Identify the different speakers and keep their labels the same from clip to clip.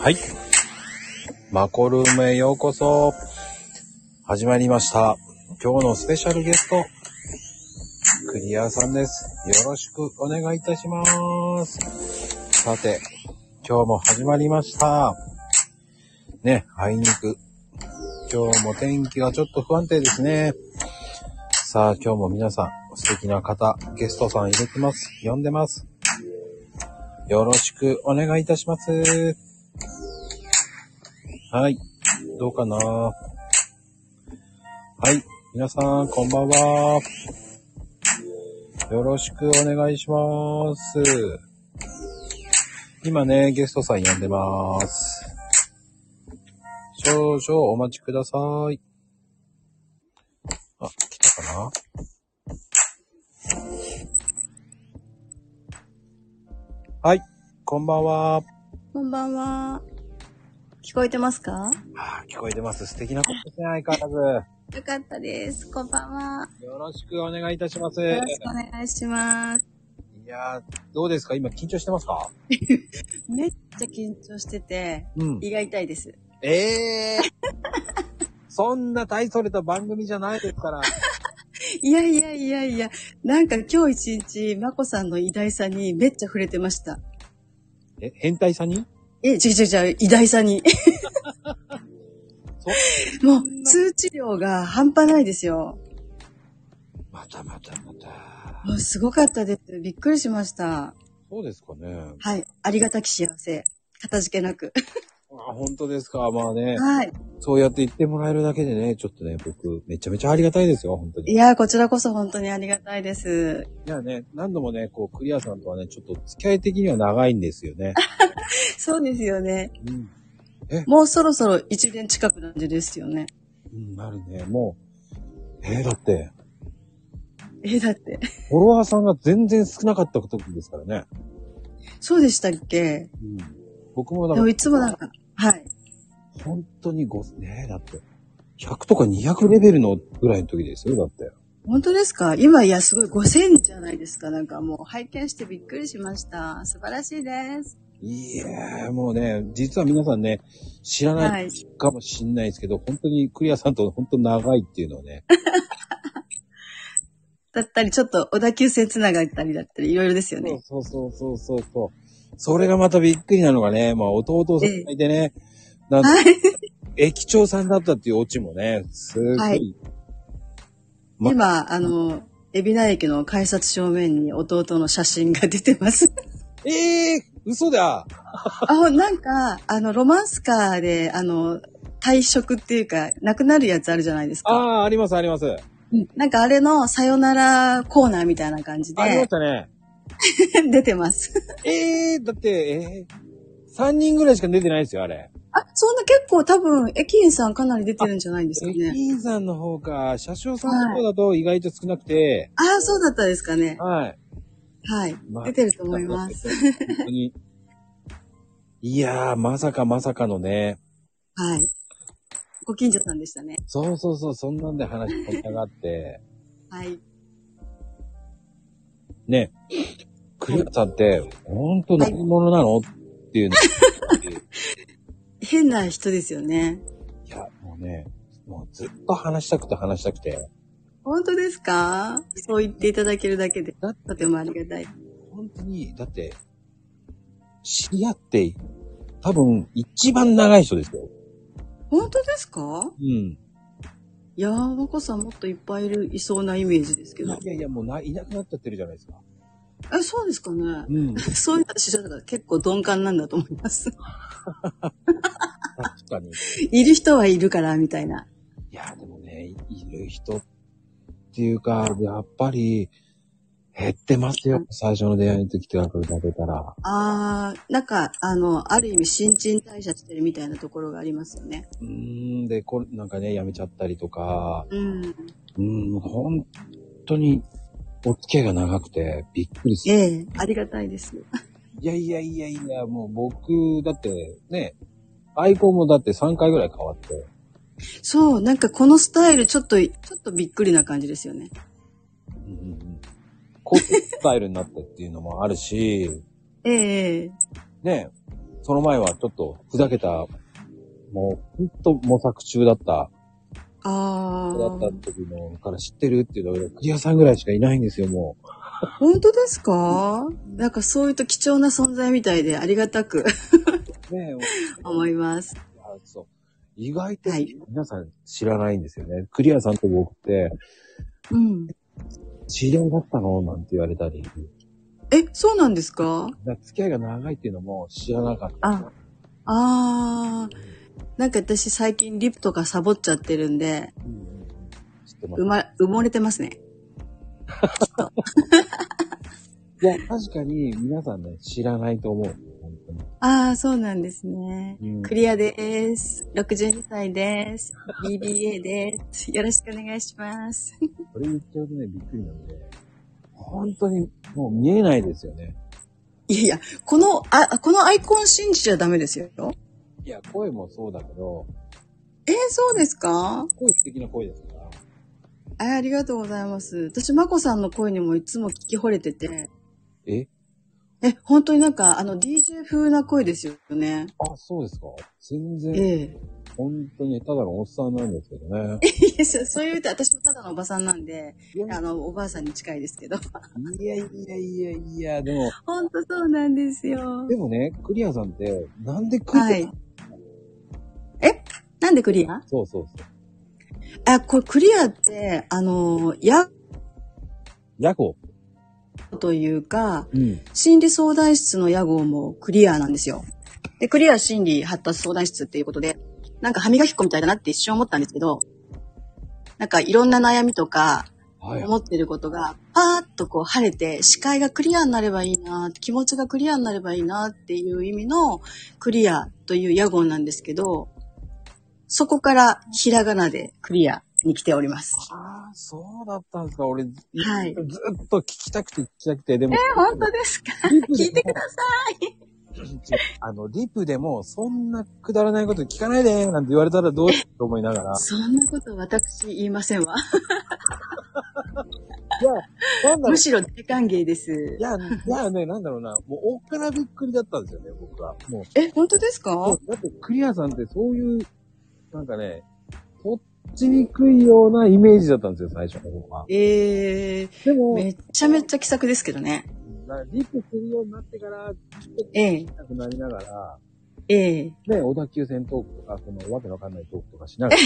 Speaker 1: はい。マコルームへようこそ。始まりました。今日のスペシャルゲスト、クリアさんです。よろしくお願いいたします。さて、今日も始まりました。ね、あいにく。今日も天気がちょっと不安定ですね。さあ、今日も皆さん、素敵な方、ゲストさん入れてます。呼んでます。よろしくお願いいたします。はい。どうかなはい。皆さん、こんばんは。よろしくお願いします。今ね、ゲストさん呼んでます。少々お待ちください。あ、来たかなはい。こんばんは。
Speaker 2: こんばんは。聞こえてますか
Speaker 1: あー聞こえてます。素敵なことですね、相変わら
Speaker 2: よかったです。こんばんは。
Speaker 1: ず。よろしくお願いいたします。
Speaker 2: よろしくお願いします。
Speaker 1: いやー、どうですか今緊張してますか
Speaker 2: めっちゃ緊張してて、
Speaker 1: うん。
Speaker 2: 胃が痛いです。
Speaker 1: ええー、そんな大それた番組じゃないですから。
Speaker 2: いやいやいやいや、なんか今日一日、まこさんの偉大さにめっちゃ触れてました。
Speaker 1: え、変態さんに
Speaker 2: え、違う違う違う、偉大さ に。もう、通知量が半端ないですよ。
Speaker 1: またまたまた。
Speaker 2: もうすごかったです。びっくりしました。
Speaker 1: そうですかね。
Speaker 2: はい。ありがたき幸せ。かたじけなく。
Speaker 1: あ、本当ですか。まあね、
Speaker 2: はい。
Speaker 1: そうやって言ってもらえるだけでね、ちょっとね、僕、めちゃめちゃありがたいですよ、本当に。
Speaker 2: いやー、こちらこそ本当にありがたいです。
Speaker 1: いやね、何度もね、こう、クリアさんとはね、ちょっと付き合い的には長いんですよね。
Speaker 2: そうですよね。
Speaker 1: うん。
Speaker 2: もうそろそろ一年近くなんでですよね。
Speaker 1: うん、なるね。もう、えー、だって、
Speaker 2: え、だって。
Speaker 1: フォロワーさんが全然少なかった時ですからね。
Speaker 2: そうでしたっけ
Speaker 1: うん。僕もだ
Speaker 2: で
Speaker 1: か
Speaker 2: も
Speaker 1: ら、
Speaker 2: いつもなんか、はい。
Speaker 1: 本当に5、ねえ、だって、100とか200レベルのぐらいの時ですよ、だって。
Speaker 2: 本当ですか今いや、すごい5000じゃないですか。なんかもう拝見してびっくりしました。素晴らしいです。
Speaker 1: いやー、もうね、実は皆さんね、知らな
Speaker 2: はいい。
Speaker 1: かもしんないですけど、本当にクリアさんと本当長いっていうのはね、
Speaker 2: だったり、ちょっと小田急線つながったりだったり、いろいろですよね。
Speaker 1: そうそうそうそうそう。それがまたびっくりなのがね、まあ弟さんがいてね、なん
Speaker 2: はい。
Speaker 1: 駅長さんだったっていうオチもね、すごい、
Speaker 2: はい
Speaker 1: ま
Speaker 2: 今、あの、海老名駅の改札正面に弟の写真が出てます。
Speaker 1: ええー、嘘だ
Speaker 2: あ、なんか、あの、ロマンスカーで、あの、退職っていうか、なくなるやつあるじゃないですか。
Speaker 1: ああー、ありますあります。
Speaker 2: うんなんかあれのさよならコーナーみたいな感じ
Speaker 1: ありま
Speaker 2: で
Speaker 1: したね。
Speaker 2: 出てます。
Speaker 1: ええー、だって、えー、3人ぐらいしか出てないですよ、あれ。
Speaker 2: あ、そんな結構多分駅員さんかなり出てるんじゃないんですか
Speaker 1: 駅
Speaker 2: ね。
Speaker 1: 員さんの方か、車掌さんの方だと意外と少なくて、
Speaker 2: ああ、そうだったですかね。
Speaker 1: はい。
Speaker 2: はい。
Speaker 1: まあ
Speaker 2: 出てると思います。。
Speaker 1: 本当に。いやー、まさかまさかのね。
Speaker 2: はい。ご近所さんでしたね。
Speaker 1: そうそうそう、そんなんで話盛り上がって。
Speaker 2: はい。
Speaker 1: ね、クリアさんって、ほんと何者なのっていうの。
Speaker 2: 変な人ですよね。
Speaker 1: いや、もうね、もうずっと話したくて話したくて。
Speaker 2: 本当ですかそう言っていただけるだけで、
Speaker 1: だっ
Speaker 2: とてもありがたい。
Speaker 1: 本当に、だって、知り合って、多分、一番長い人ですよ。
Speaker 2: 本当ですか
Speaker 1: うん。
Speaker 2: いやー、まこさんもっといっぱいいる、いそうなイメージですけ
Speaker 1: いや
Speaker 2: ど
Speaker 1: い。やいや、もうない、いなくなっちゃってるじゃないですか。
Speaker 2: え、そうですかね。
Speaker 1: うん。
Speaker 2: そういうの知らなかった結構鈍感なんだと思います。
Speaker 1: 確かに。い
Speaker 2: いる人はいるから、みたいな。
Speaker 1: や、でもね、いいる人っていうか、やっぱり、減ってますよ。最初の出会いの時と比べたら。
Speaker 2: あー、なんか、あの、ある意味新陳代謝してるみたいなところがありますよね。
Speaker 1: うーん、で、こなんかね、やめちゃったりとか、
Speaker 2: うん。
Speaker 1: うん、本当に、お付き合いが長くて、びっくりする。
Speaker 2: ええありがたいです。
Speaker 1: いやいやいやいや、もう僕、だって、ね、アイコンもだって3回ぐらい変わって、
Speaker 2: そう、なんかこのスタイル、ちょっと、ちょっとびっくりな感じですよね。
Speaker 1: うんうんうん、こういうスタイルになったっていうのもあるし、
Speaker 2: ええ
Speaker 1: ね、その前はちょっとふざけた、もう、ほんと模索中だった、
Speaker 2: あ
Speaker 1: だった
Speaker 2: ー。
Speaker 1: 時のから知ってるっていうのは、クリアさんぐらいしかいないんですよ、もう。
Speaker 2: 本当ですかなんかそういうと貴重な存在みたいでありがたく
Speaker 1: ねえ、
Speaker 2: 思います。
Speaker 1: あそう。意外と
Speaker 2: はい
Speaker 1: 皆さん知らないんですよね。クリアさんと僕って、
Speaker 2: うん。
Speaker 1: 知り合いだったのなんて言われたり、
Speaker 2: え、そうなんですか
Speaker 1: だから付き合いが長いっていうのも知らなかった。
Speaker 2: あ、あー。なんか私最近リップとかサボっちゃってるんで、
Speaker 1: うんうんうん知ってま
Speaker 2: う
Speaker 1: す。
Speaker 2: ま、埋もれてますね。
Speaker 1: いや、確かに皆さんね、知らないと思う。本当に。
Speaker 2: あー、そうなんですね。
Speaker 1: うん
Speaker 2: クリアです。62歳です。BBA です。よろしくお願いします。
Speaker 1: これ言っちゃうとね、びっくりなんで、本当にもう見えないですよね。
Speaker 2: いやいや、この、あ、このアイコン信じちゃダメですよ。
Speaker 1: いや、声もそうだけど、
Speaker 2: えー、そうですか
Speaker 1: 声素敵な声ですから。
Speaker 2: えーありがとうございます。私、まこさんの声にもいつも聞き惚れてて。
Speaker 1: え
Speaker 2: え、本当になんか、あの、DJ 風な声ですよね。
Speaker 1: あ、そうですか全然、
Speaker 2: ええ
Speaker 1: 本当にただのおっさんなんですけどね。
Speaker 2: いやそそういうと、私もただのおばさんなんで、
Speaker 1: いや
Speaker 2: あの、おばあさんに近いですけど。
Speaker 1: いやいやいやいや、でも、
Speaker 2: 本当そうなんですよ。
Speaker 1: でもね、クリアさんって、なんでクリア、
Speaker 2: はい。えなんでクリア
Speaker 1: そうそうそう。
Speaker 2: あ、これクリアって、あの、や
Speaker 1: ヤゴ。
Speaker 2: というか、
Speaker 1: うん。
Speaker 2: 心理相談室の屋号もクリアなんですよ。で、クリア心理発達相談室っていうことで、なんか歯磨き粉みたいだなって一瞬思ったんですけど、なんかいろんな悩みとか
Speaker 1: はい。
Speaker 2: 思ってることが、パーッとこう晴れて、視界がクリアになればいいな、気持ちがクリアになればいいなっていう意味のクリアという屋号なんですけど、そこからひらがなでクリアに来ております。
Speaker 1: ああ、そうだったんですか。俺、ず
Speaker 2: はい
Speaker 1: っと聞きたくて聞きたくて、でも、
Speaker 2: 本当です か
Speaker 1: リプでも
Speaker 2: 聞いてくださ
Speaker 1: あの、リプでも、そんなくだらないこと聞かないで、なんて言われたらどうしようと思いながら
Speaker 2: い。。そんなこと私言いませんわ。
Speaker 1: いや、なんだろう
Speaker 2: む。しろ大歓迎です。
Speaker 1: いや、いやね、なんだろうな。もう、大っからびっくりだったんですよね、僕は。もう、
Speaker 2: え、本当です
Speaker 1: そ
Speaker 2: か
Speaker 1: うだってクリアさんってそういう、なんかね、とっちにくいようなイメージだったんですよ、最初の方は。
Speaker 2: ええ
Speaker 1: でも、
Speaker 2: めっちゃめっちゃ気さくですけどね。
Speaker 1: なリップするようになってから、
Speaker 2: ええ
Speaker 1: なくなりながら、
Speaker 2: ええ
Speaker 1: ね、小田急線トークとか、そのわけのわかんないトークとかしなが ら、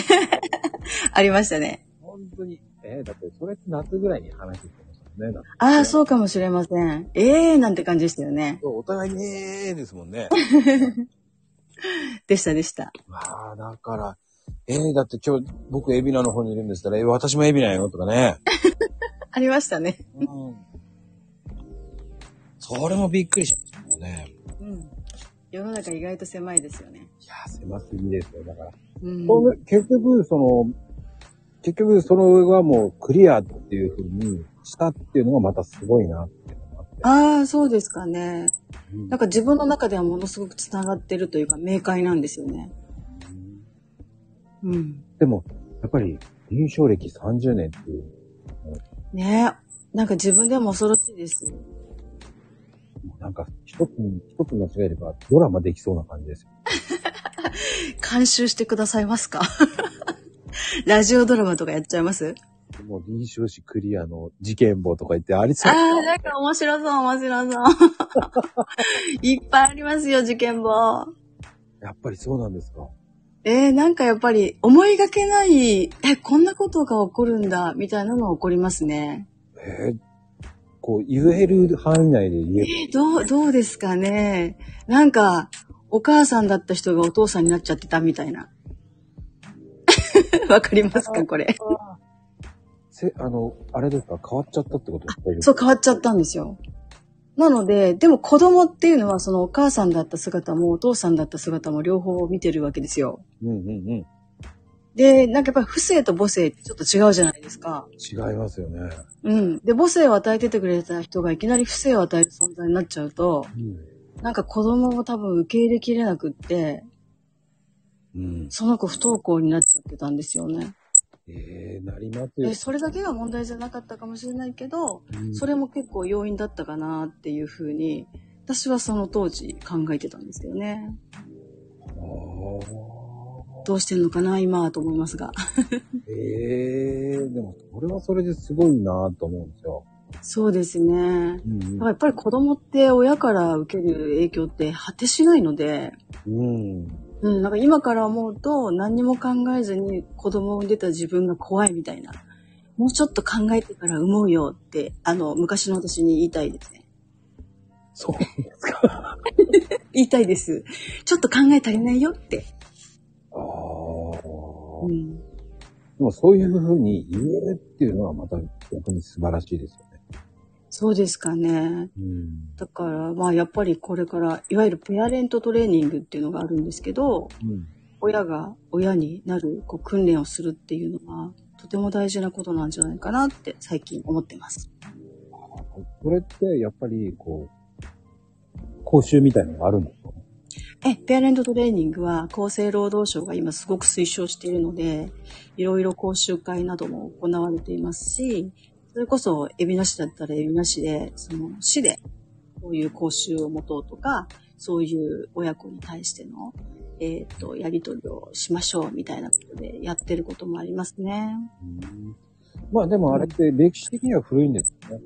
Speaker 2: ありましたね。
Speaker 1: 本当に、えーだってそれって夏ぐらいに話してましたもんね。だって
Speaker 2: ああ、そうかもしれません。ええなんて感じでしたよね。
Speaker 1: そうお互いに、えーですもんね。
Speaker 2: でしたでした。
Speaker 1: まあ、だから、えー、だって今日僕海老名の方にいるんですから、えー私も海老名よとかね。
Speaker 2: ありましたね。
Speaker 1: うん。それもびっくりしましたもんね。
Speaker 2: うん。世の中意外と狭いですよね。
Speaker 1: いやー、狭すぎですよ。だから、
Speaker 2: うん。
Speaker 1: そんな結局、その、結局、その上はもうクリアっていう風にしたっていうのがまたすごいなっていうのがあって。
Speaker 2: ああ、そうですかね。
Speaker 1: うん
Speaker 2: なんか自分の中ではものすごく繋がってるというか、明快なんですよね。うん。
Speaker 1: でも、やっぱり、臨床歴30年っていう、
Speaker 2: ねえ。なんか自分でも恐ろしいです。
Speaker 1: なんか、一つ、一つ間違えればドラマできそうな感じですよ。
Speaker 2: 監修してくださいますか ラジオドラマとかやっちゃいます
Speaker 1: もう、臨床史クリアの事件簿とか言ってあり
Speaker 2: あ
Speaker 1: そう。
Speaker 2: あ、なんか面白そう、面白 そう。いっぱいありますよ、事件簿。
Speaker 1: やっぱりそうなんですか。
Speaker 2: えー、なんかやっぱり思いがけない、え、こんなことが起こるんだ、みたいなのは起こりますね。
Speaker 1: えー、こう、言える範囲内で言えば、
Speaker 2: えどう、どうですかね。なんか、お母さんだった人がお父さんになっちゃってたみたいな。 わかりますか、これ。
Speaker 1: せ、あの、あれですか、変わっちゃったってことですか
Speaker 2: そう変わっちゃったんですよ。なので、でも子供っていうのはそのお母さんだった姿もお父さんだった姿も両方見てるわけですよ。
Speaker 1: うんうんうん。
Speaker 2: で、なんかやっぱり不正と母性ってちょっと違うじゃないですか。
Speaker 1: 違いますよね。
Speaker 2: うん。で、母性を与えててくれた人がいきなり不正を与える存在になっちゃうと、
Speaker 1: う
Speaker 2: なんか子供も多分受け入れきれなくって、
Speaker 1: ん。うん。
Speaker 2: その子不登校になっちゃってたんですよね。
Speaker 1: ええなりますよ
Speaker 2: で、。それだけが問題じゃなかったかもしれないけど、
Speaker 1: うん
Speaker 2: それも結構要因だったかなっていうふうに私はその当時考えてたんですけどね。
Speaker 1: お
Speaker 2: どうしてんのかな、今はと思いますが。
Speaker 1: ーええでも、それはそれですごいなと思うんですよ。
Speaker 2: そうですね。
Speaker 1: うん
Speaker 2: やっぱり子供って親から受ける影響って果てしないので、
Speaker 1: うん。うん。
Speaker 2: うん、なんか今から思うと何にも考えずに子供を産んでた自分が怖いみたいな。もうちょっと考えてから産もうよって、あの、昔の私に言いたいですね。
Speaker 1: そう。
Speaker 2: 言いたいです。ちょっと考え足りないよって。
Speaker 1: ああ
Speaker 2: う。ん。
Speaker 1: でも、そういうふうに言えるっていうのはまた逆に素晴らしいですよね。
Speaker 2: そうですかね。
Speaker 1: うん。
Speaker 2: だから、まあやっぱりこれから、いわゆるペアレントトレーニングっていうのがあるんですけど、
Speaker 1: うん。
Speaker 2: 親が親になるこう訓練をするっていうのは、とても大事なことなんじゃないかなって最近思ってます。
Speaker 1: それって、やっぱり、こう、講習みたいなのがあるんですよね。
Speaker 2: え、ペアレントトレーニングは厚生労働省が今すごく推奨しているので、いろいろ講習会なども行われていますし、それこそ、海老名市だったら海老名市で、その市で、こういう講習を持とうとか、そういう親子に対しての、えっ、と、やりとりをしましょうみたいなことでやってることもありますね。
Speaker 1: うんまあ、でもあれって歴史的には古いんですよね。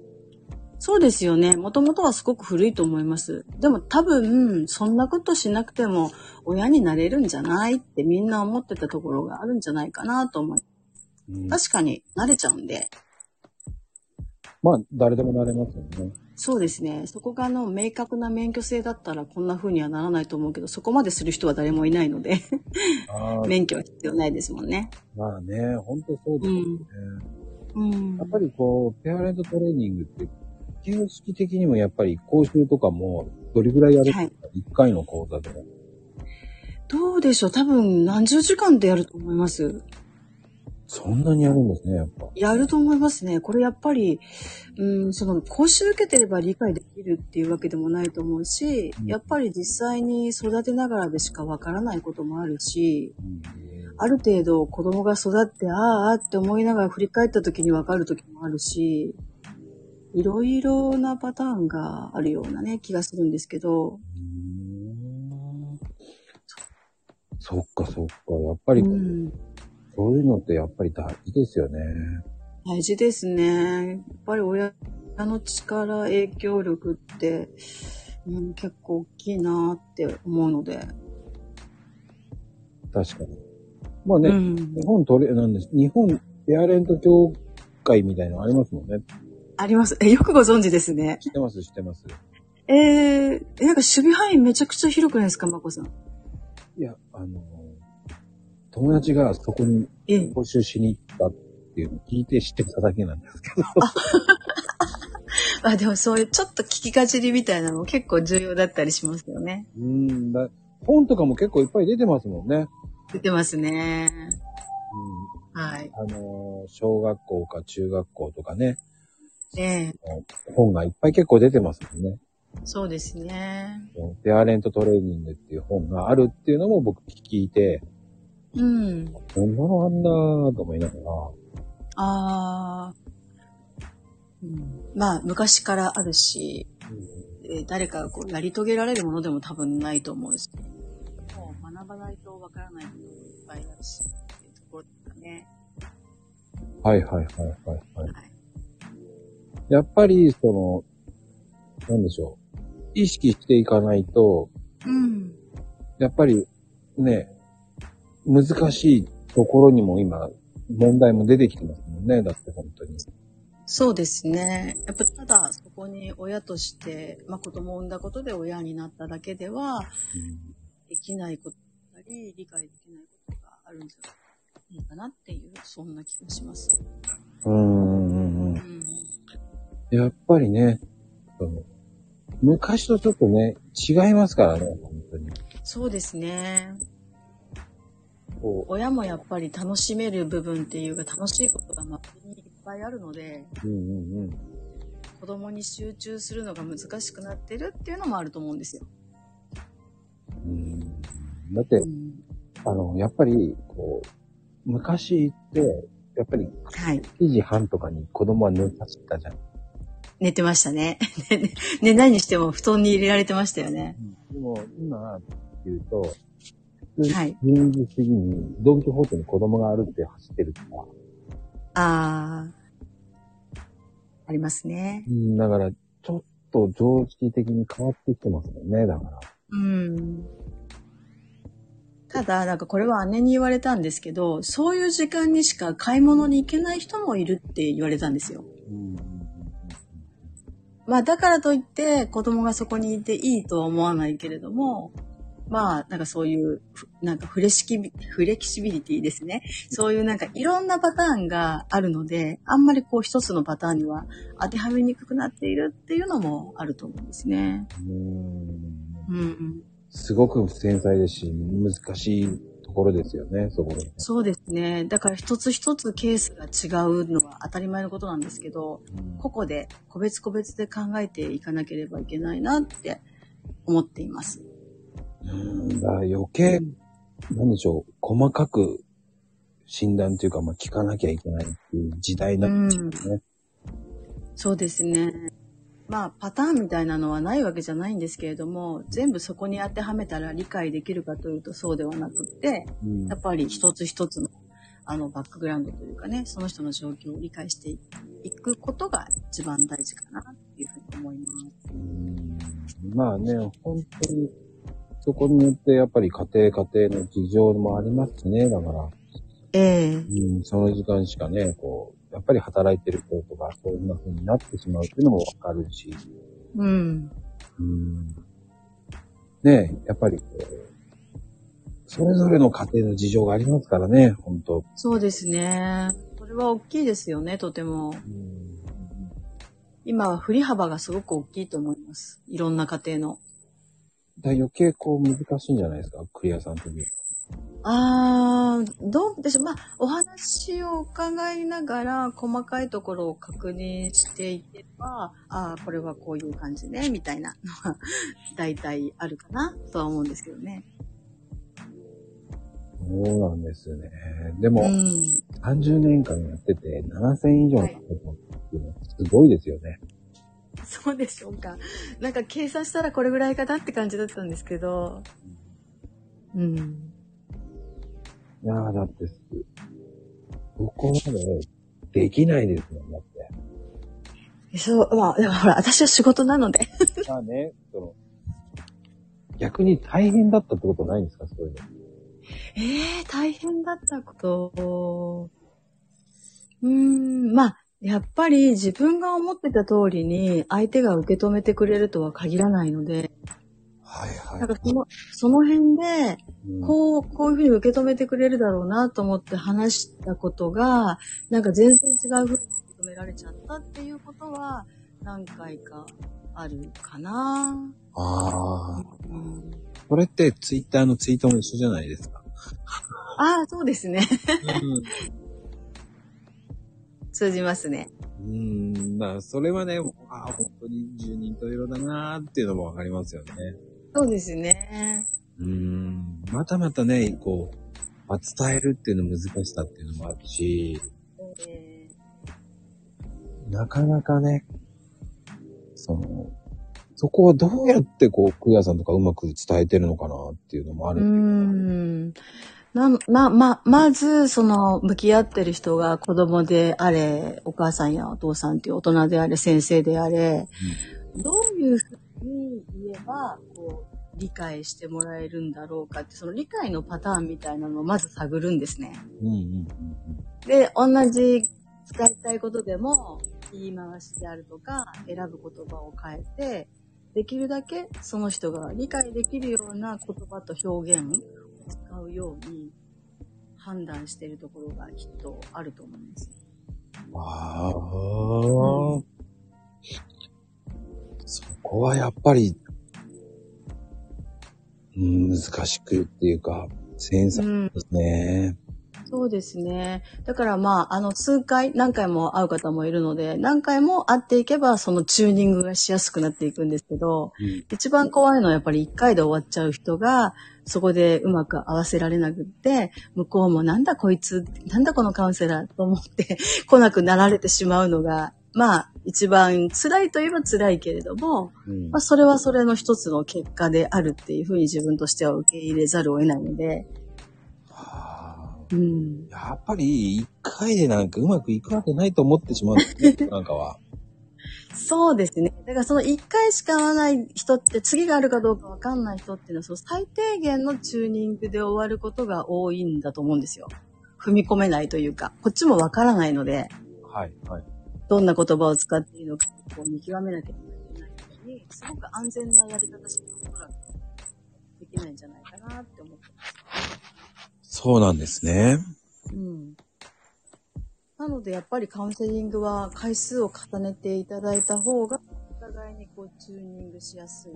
Speaker 2: そうですよね。もともとはすごく古いと思います。でも多分、そんなことしなくても親になれるんじゃないってみんな思ってたところがあるんじゃないかなと思い
Speaker 1: うん
Speaker 2: ます。確かに慣れちゃうんで。
Speaker 1: まあ、誰でもなれますよね。
Speaker 2: そうですね。そこがあの明確な免許制だったらこんな風にはならないと思うけど、そこまでする人は誰もいないので、
Speaker 1: ああ、
Speaker 2: 免許は必要ないですもんね。
Speaker 1: まあね、本当そうですよね。
Speaker 2: うん
Speaker 1: やっぱりこう、ペアレントトレーニングって、形式的にもやっぱり講習とかも、どれぐらいやるんですか、
Speaker 2: はい
Speaker 1: 1回の講座で。
Speaker 2: どうでしょう多分何十時間でやると思います。
Speaker 1: そんなにやるんですね、やっぱ。
Speaker 2: やると思いますね。これやっぱり、うん、その、講習受けてれば理解できるっていうわけでもないと思うし
Speaker 1: う、ん
Speaker 2: やっぱり実際に育てながらでしかわからないこともあるし、
Speaker 1: うん
Speaker 2: ある程度子供が育って、ああ、ああって思いながら振り返った時にわかる時もあるし、いろいろなパターンがあるようなね、気がするんですけど、
Speaker 1: そっかそっか。やっぱり
Speaker 2: う、ん。
Speaker 1: そういうのってやっぱり大事ですよね。
Speaker 2: 大事ですね。やっぱり親の力、影響力って、うん、結構大きいなって思うので。
Speaker 1: 確かに。まあね、
Speaker 2: うん
Speaker 1: 日、本トレ、なんです。日本ペアレント協会みたいなのありますもんね。
Speaker 2: あります。え、よくご存知ですね。
Speaker 1: 知ってます、知ってます。
Speaker 2: えー、えなんか守備範囲めちゃくちゃ広くないですか、まこさん。
Speaker 1: いや、あの、友達がそこに
Speaker 2: ええ。
Speaker 1: 募集しに行ったっていうのを聞いて知ってただけなんですけど。
Speaker 2: あ、でもそういうちょっと聞きかじりみたいなのも結構重要だったりしますよね。
Speaker 1: うんだ、本とかも結構いっぱい出てますもんね。
Speaker 2: 出てますね。はい。
Speaker 1: うん、あの、小学校か中学校とかね、
Speaker 2: ええ。
Speaker 1: 本がいっぱい結構出てますもんね。
Speaker 2: そうですね。
Speaker 1: ペアレントトレーニングっていう本があるっていうのも僕聞いて、
Speaker 2: うん。
Speaker 1: こんなのあんなぁと思いながら、
Speaker 2: ああ。うん、まあ、昔からあるし、えー誰かがこうやり遂げられるものでも多分ないと思うし、もう学ばないとわからないこともいっぱいあるし、っていうところですかね。
Speaker 1: はいはいはいはい、はい
Speaker 2: はい。
Speaker 1: やっぱり、その、なんでしょう。意識していかないと、
Speaker 2: うん。
Speaker 1: やっぱりね、難しいところにも今、問題も出てきてますもんね。だって本当に。
Speaker 2: そうですね。やっぱただ、そこに親として、まあ子供を産んだことで親になっただけでは、できないことだったり、理解できないことがあるんじゃないかなっていう、そんな気がします。
Speaker 1: うんうんう。
Speaker 2: うんん。
Speaker 1: やっぱりね、その昔とちょっとね、違いますからね、本当に。
Speaker 2: そうですね。
Speaker 1: こ
Speaker 2: 親もやっぱり楽しめる部分っていうか楽しいことが周りにいっぱいあるので
Speaker 1: う、うんうんうん。
Speaker 2: 子供に集中するのが難しくなってるっていうのもあると思うんですよ。
Speaker 1: うんだって
Speaker 2: う、ん、
Speaker 1: あの、やっぱり、こう、昔って、やっぱり
Speaker 2: はい。
Speaker 1: 7時半とかに子供は寝かしたじゃん。
Speaker 2: 寝てましたね。 ねね寝ないにしても布団に入れられてましたよね。
Speaker 1: でも、今、言うと、普通
Speaker 2: はい
Speaker 1: に12時過ぎに、ドンキホーテに子供が歩いて走ってるとか。
Speaker 2: ああ。ありますね。
Speaker 1: うん、だから、ちょっと常識的に変わってきてますもんね、だから。
Speaker 2: うん。ただ、なんかこれは姉に言われたんですけど、そういう時間にしか買い物に行けない人もいるって言われたんですよ。
Speaker 1: うん。
Speaker 2: まあだからといって子供がそこにいていいとは思わないけれども、まあなんかそういう、ふなんかフレシキビ、フレキシビリティですね。そういうなんかいろんなパターンがあるので、あんまりこう一つのパターンには当てはめにくくなっているっていうのもあると思うんですね。
Speaker 1: うん
Speaker 2: うんうん。
Speaker 1: すごく繊細ですし、難しいところですよね、そこで。
Speaker 2: そうですね。だから一つ一つケースが違うのは当たり前のことなんですけど、個々で個別個別で考えていかなければいけないなって思っています。
Speaker 1: うんだから余計、何でしょう、細かく診断というか、まあ、聞かなきゃいけないっていう時代
Speaker 2: う
Speaker 1: なんで
Speaker 2: ん。
Speaker 1: すよね。
Speaker 2: そうですね。まあ、パターンみたいなのはないわけじゃないんですけれども、全部そこに当てはめたら理解できるかというとそうではなくって、
Speaker 1: うん
Speaker 2: やっぱり一つ一つの、あの、バックグラウンドというかね、その人の状況を理解していくことが一番大事かなっていうふうに思います。
Speaker 1: うんまあね、本当に、そこによってやっぱり家庭家庭の事情もありますしね、だから、
Speaker 2: ええ
Speaker 1: うん、その時間しかね、こう、やっぱり働いてる子とか、そんな風になってしまうっていうのもわかるし、
Speaker 2: うん。
Speaker 1: うんねえ、やっぱりこう、それぞれの家庭の事情がありますからね、本当
Speaker 2: そうですね。それは大きいですよね、とても。
Speaker 1: うん
Speaker 2: 今は振り幅がすごく大きいと思います。いろんな家庭の。
Speaker 1: だ余計こう難しいんじゃないですか、クリアさん的に。
Speaker 2: あーどうでしょう。まあ、お話を伺いながら、細かいところを確認していけば、ああ、これはこういう感じね、みたいなのは、大体あるかな、とは思うんですけどね。
Speaker 1: そうなんですよね。でも、
Speaker 2: うん。
Speaker 1: 30年間やってて、7000以上のことっていうのはすごいですよね。
Speaker 2: そうでしょうか。なんか計算したらこれぐらいかなって感じだったんですけど。うん。
Speaker 1: いやーだってす、ここまでできないですもん、だって。
Speaker 2: そう、まあ、でもほら、私は仕事なので。
Speaker 1: まあね、その、逆に大変だったってことないんですか、そういうの。
Speaker 2: ええ大変だったこと。うーん、まあ、やっぱり自分が思ってた通りに相手が受け止めてくれるとは限らないので、
Speaker 1: はいは
Speaker 2: なんかその、その辺で、
Speaker 1: うん
Speaker 2: こう、こういうふうに受け止めてくれるだろうなと思って話したことが、なんか全然違うふうに受け止められちゃったっていうことは、何回かあるかな。
Speaker 1: ああ。
Speaker 2: うん、
Speaker 1: これってツイッターのツイートも一緒じゃないですか。
Speaker 2: ああ、そうですね。 通じますね。
Speaker 1: うん。うん。まあ、それはね、ああ、本当に十人十色だなーっていうのもわかりますよね。
Speaker 2: そうですね。
Speaker 1: うん。またまたね、こう、まあ伝えるっていうの難しさっていうのもあるし、
Speaker 2: えー
Speaker 1: なかなかね、その、そこはどうやってこう、クヤさんとかうまく伝えてるのかなっていうのもある。
Speaker 2: うーん。ま、ま、ま、まず、その、向き合ってる人が子供であれ、お母さんやお父さんっていう大人であれ、先生であれ、どういうふうに言えば、こう、理解してもらえるんだろうかって、その理解のパターンみたいなのをまず探るんですね。
Speaker 1: うんうんうん
Speaker 2: で、同じ使いたいことでも、言い回しであるとか、選ぶ言葉を変えて、できるだけその人が理解できるような言葉と表現を使うように判断しているところがきっとあると思います。
Speaker 1: うん。ああ、そこはやっぱり、うん難しくっていうか、繊細
Speaker 2: ん、
Speaker 1: ですね。
Speaker 2: そうですね。だからまあ、あの、数回、何回も会う方もいるので、何回も会っていけば、そのチューニングがしやすくなっていくんですけど、
Speaker 1: うん
Speaker 2: 一番怖いのはやっぱり一回で終わっちゃう人が、そこでうまく合わせられなくって、向 こうもなんだこいつ、なんだこのカウンセラーと思って来なくなられてしまうのがまあ、一番辛いといえば辛いけれども、
Speaker 1: うん
Speaker 2: まあ、それはそれの一つの結果であるっていうふうに自分としては受け入れざるを得ないので、
Speaker 1: はあ
Speaker 2: うん。
Speaker 1: やっぱり、一回でなんかうまくいくわけないと思って しまうんですね、なんかは。
Speaker 2: そうですね。だからその一回しか会わない人って、次があるかどうかわかんない人っていうのは、その最低限のチューニングで終わることが多いんだと思うんですよ。踏み込めないというか、こっちもわからないので、
Speaker 1: はい、はい。
Speaker 2: どんな言葉を使っていいのか、こう見極めなきゃいけないのに、すごく安全なやり方しかおそらくできないんじゃないかなって思って。
Speaker 1: そうなんですね。
Speaker 2: うん。なので、やっぱりカウンセリングは回数を重ねていただいた方が、お互いにこう、チューニングしやすい。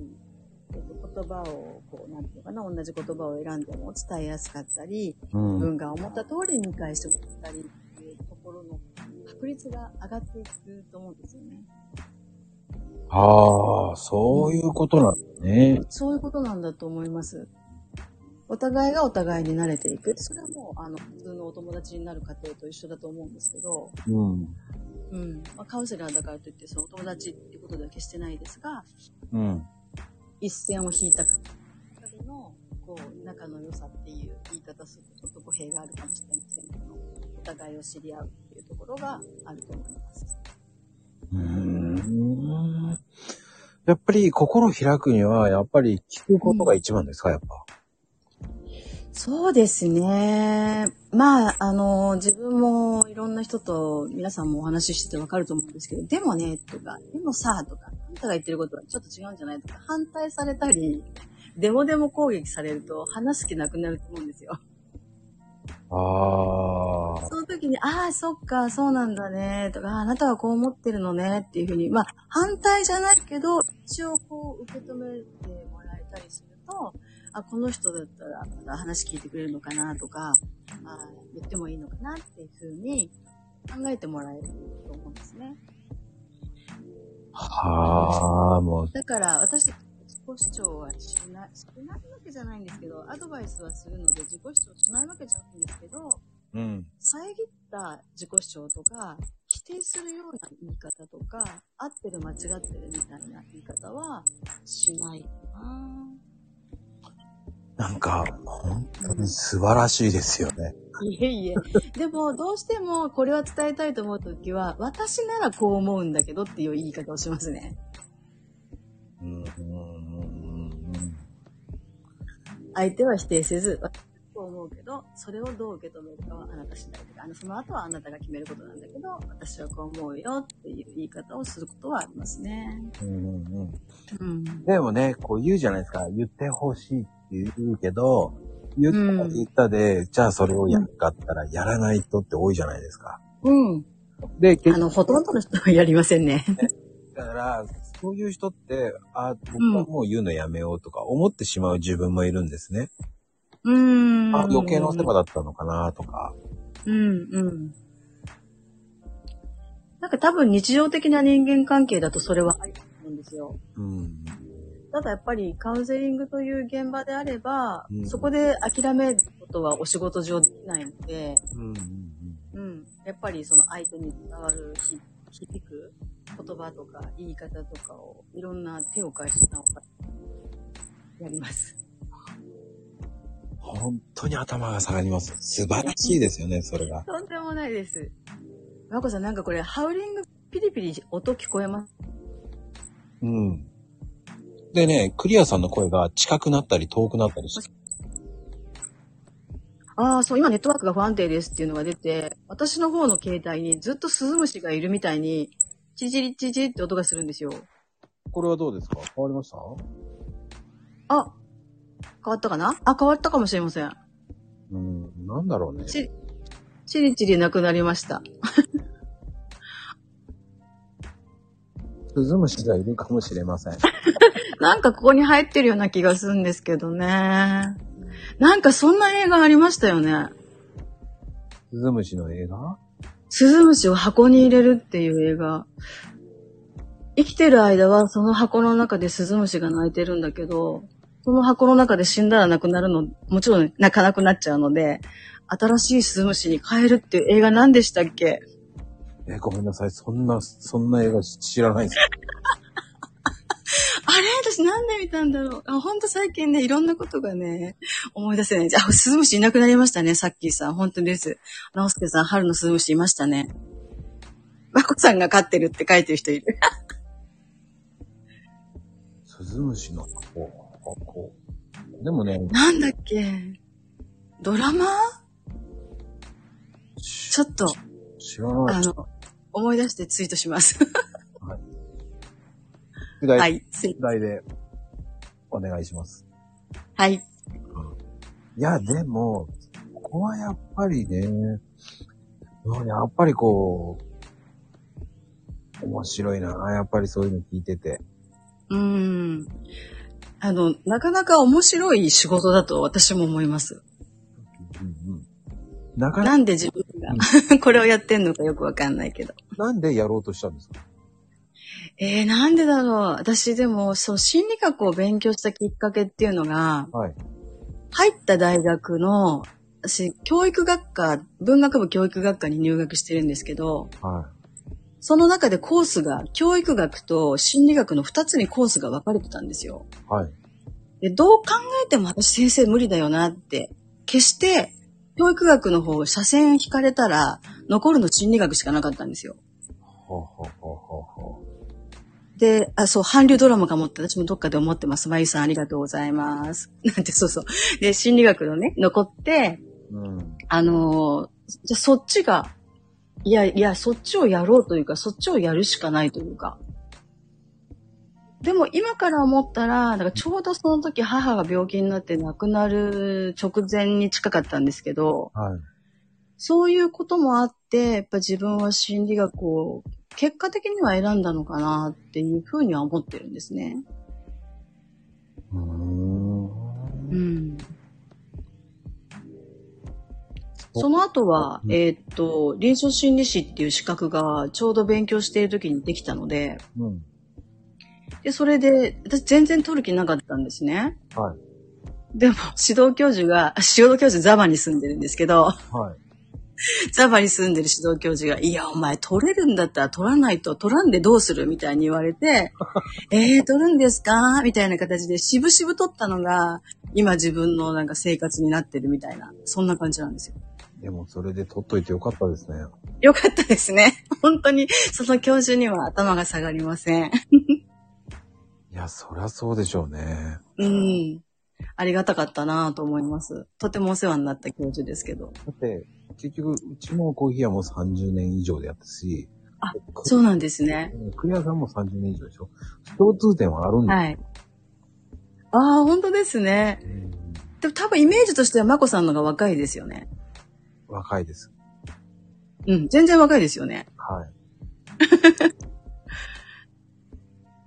Speaker 2: えっと言葉を、こう、なんていうのかな、同じ言葉を選んでも伝えやすかったり、
Speaker 1: うん。
Speaker 2: 文が思った通りに理解してもらったりっていうところの確率が上がっていくと思うんですよね。
Speaker 1: ああ、そういうことなんですね。
Speaker 2: そういうことなんだと思います。お互いがお互いに慣れていく。それはもう、あの、普通のお友達になる過程と一緒だと思うんですけど、
Speaker 1: うん。
Speaker 2: うん。まあ、カウンセラーだからといって、そのお友達ってことでは決してないですが、
Speaker 1: うん。
Speaker 2: 一線を引いた方の、こう、仲の良さっていう言い方すると、ちょっと語弊があるかもしれませんけど、お互いを知り合うっていうところがあると思います。
Speaker 1: うーん。やっぱり心を開くには、やっぱり聞くことが一番ですか、やっぱ。
Speaker 2: そうですね。まあ、あの、自分もいろんな人と皆さんもお話ししててわかると思うんですけど、でもね、とか、でもさ、とか、あんたが言ってることはちょっと違うんじゃないとか、反対されたり、でもでも攻撃されると話す気なくなると思うんですよ。
Speaker 1: ああ。
Speaker 2: その時に、ああ、そっか、そうなんだね、とか、ああなたはこう思ってるのね、っていうふうに、まあ、反対じゃないけど、一応こう受け止めてもらえたりすると、あ、この人だったらまだ話聞いてくれるのかな、とか、あー言ってもいいのかな、っていうふうに考えてもらえると思うんですね。
Speaker 1: はあ、もう、
Speaker 2: だから、私たち自己主張はしない、しないわけじゃないんですけど、アドバイスはするので自己主張しないわけじゃないんですけど、
Speaker 1: うん。
Speaker 2: 遮った自己主張とか、否定するような言い方とか、合ってる間違ってるみたいな言い方はしないかな。
Speaker 1: なんか、本当に素晴らしいですよね。
Speaker 2: いえいえ。でも、どうしてもこれは伝えたいと思うときは、私ならこう思うんだけどっていう言い方をしますね。
Speaker 1: うん。うんうん
Speaker 2: 相手は否定せず、私はこう思うけど、それをどう受け止めるかはあなた次第だから、あのその後はあなたが決めることなんだけど、私はこう思うよっていう言い方をすることはありますね。
Speaker 1: うんうんうん
Speaker 2: うん。
Speaker 1: でもね、こう言うじゃないですか。言ってほしいって言うけど、言ったら言ったで、じゃあそれをやるかったらやらない人って多いじゃないですか。
Speaker 2: うん。
Speaker 1: で、結
Speaker 2: あの、ほとんどの人はやりませんね。
Speaker 1: だから、そういう人って、あ、僕はもう言うのやめようとか思ってしまう自分もいるんですね。
Speaker 2: うーん。
Speaker 1: あ、余計なお世話だったのかなとか。
Speaker 2: うん、うん。なんか多分日常的な人間関係だとそれはあると思うんですよ。
Speaker 1: うん。
Speaker 2: ただやっぱりカウンセリングという現場であれば、
Speaker 1: うん
Speaker 2: そこで諦めることはお仕事上できないので、
Speaker 1: うん。
Speaker 2: うん。やっぱりその相手に伝わるひ響く言葉とか言い方とかをいろんな手を返しなおかやります。
Speaker 1: 本当に頭が下がります。素晴らしいですよね、それが。
Speaker 2: とんでもないです。まこさんなんかこれハウリングピリピリ音聞こえます
Speaker 1: うん。でね、クリアさんの声が近くなったり遠くなったりして。
Speaker 2: ああ、そう、今ネットワークが不安定ですっていうのが出て、私の方の携帯にずっとスズムシがいるみたいに、チジリチジリって音がするんですよ。
Speaker 1: これはどうですか変わりました
Speaker 2: あ、変わったかなあ、変わったかもしれません。
Speaker 1: うん、なんだろうね。
Speaker 2: チリ、チリチリなくなりました。
Speaker 1: スズムシがいるかもしれません。
Speaker 2: なんかここに入ってるような気がするんですけどね。なんかそんな映画ありましたよね。
Speaker 1: スズムシの映画
Speaker 2: スズムシを箱に入れるっていう映画。生きてる間はその箱の中でスズムシが鳴いてるんだけど、その箱の中で死んだらなくなるの、もちろん泣かなくなっちゃうので、新しいスズムシに変えるっていう映画何でしたっけ
Speaker 1: え、ごめんなさい。そんな、そんな映画知らないです。
Speaker 2: あれ私なんで見たんだろうあほんと最近ね、いろんなことがね、思い出せない。あ、スズムシいなくなりましたね、さっきさん。本当です。直輔さん、春のスズムシいましたね。まこさんが飼ってるって書いてる人いる。
Speaker 1: スズムシの箱、箱。でもね、
Speaker 2: なんだっけドラマち
Speaker 1: ち
Speaker 2: ょっと、
Speaker 1: 知らない
Speaker 2: あ。の、思い出してツイートします。
Speaker 1: 宿題、
Speaker 2: はい。ツイ
Speaker 1: 宿題で、お願いします。
Speaker 2: はい。
Speaker 1: いや、でも、ここはやっぱりね、うんやっぱりこう、面白いな。やっぱりそういうの聞いてて。
Speaker 2: うーん。あの、なかなか面白い仕事だと私も思います。
Speaker 1: うんうん。なかな
Speaker 2: なんで自分が これをやってんのかよくわかんないけど。
Speaker 1: なんでやろうとしたんですか
Speaker 2: えー、なんでだろう。私でも、そう、心理学を勉強したきっかけっていうのが、
Speaker 1: はい。
Speaker 2: 入った大学の、私、教育学科、文学部教育学科に入学してるんですけど、
Speaker 1: は
Speaker 2: その中でコースが、教育学と心理学の2つにコースが分かれてたんですよ。
Speaker 1: い。はい。
Speaker 2: で、どう考えても私先生無理だよなって。決して、教育学の方、車線引かれたら、残るの心理学しかなかったんですよ。
Speaker 1: ほうほうほうほうほ
Speaker 2: で、あ、そう、韓流ドラマかもって、私もどっかで思ってます。まゆさんありがとうございます。なんて、そうそう。で、心理学のね、残って、
Speaker 1: う。うん。
Speaker 2: あのーじゃあそっちが、いやいや、そっちをやろうというか、そっちをやるしかないというか。でも今から思ったら、だからちょうどその時母が病気になって亡くなる直前に近かったんですけど、
Speaker 1: はい。
Speaker 2: そういうこともあって、やっぱ自分は心理学を結果的には選んだのかなっていうふうには思ってるんですね。
Speaker 1: うーん。
Speaker 2: うん。その後は
Speaker 1: う、ん
Speaker 2: えーっと、臨床心理士っていう資格がちょうど勉強している時にできたので、
Speaker 1: うん。
Speaker 2: で、それで、私全然取る気なかったんですね。
Speaker 1: はい。
Speaker 2: でも、 指導教授が、あ指導教授ザバに住んでるんですけど、
Speaker 1: はい。
Speaker 2: ザバに住んでる指導教授が、いや、お前取れるんだったら取らないと、取らんでどうするみたいに言われて、 えー、取るんですかみたいな形で、しぶしぶ取ったのが、今自分のなんか生活になってるみたいな、そんな感じなんですよ。
Speaker 1: でもそれで取っといてよかったですね。
Speaker 2: よかったですね。 本当に、その教授には頭が下がりません。
Speaker 1: いや、そりゃそうでしょうね。
Speaker 2: うん。ありがたかったなぁと思います。とてもお世話になった教授ですけど。
Speaker 1: だって、結局、うちもコーヒーはもう30年以上でやったし、
Speaker 2: あ
Speaker 1: く
Speaker 2: そうなんですね。
Speaker 1: クリアさんも30年以上でしょ共通点はあるんだ、
Speaker 2: はい。ああ、本当ですね。
Speaker 1: うん
Speaker 2: でも多分イメージとしてはまこさんの方が若いですよね。
Speaker 1: 若いです。
Speaker 2: うん、全然若いですよね。
Speaker 1: はい。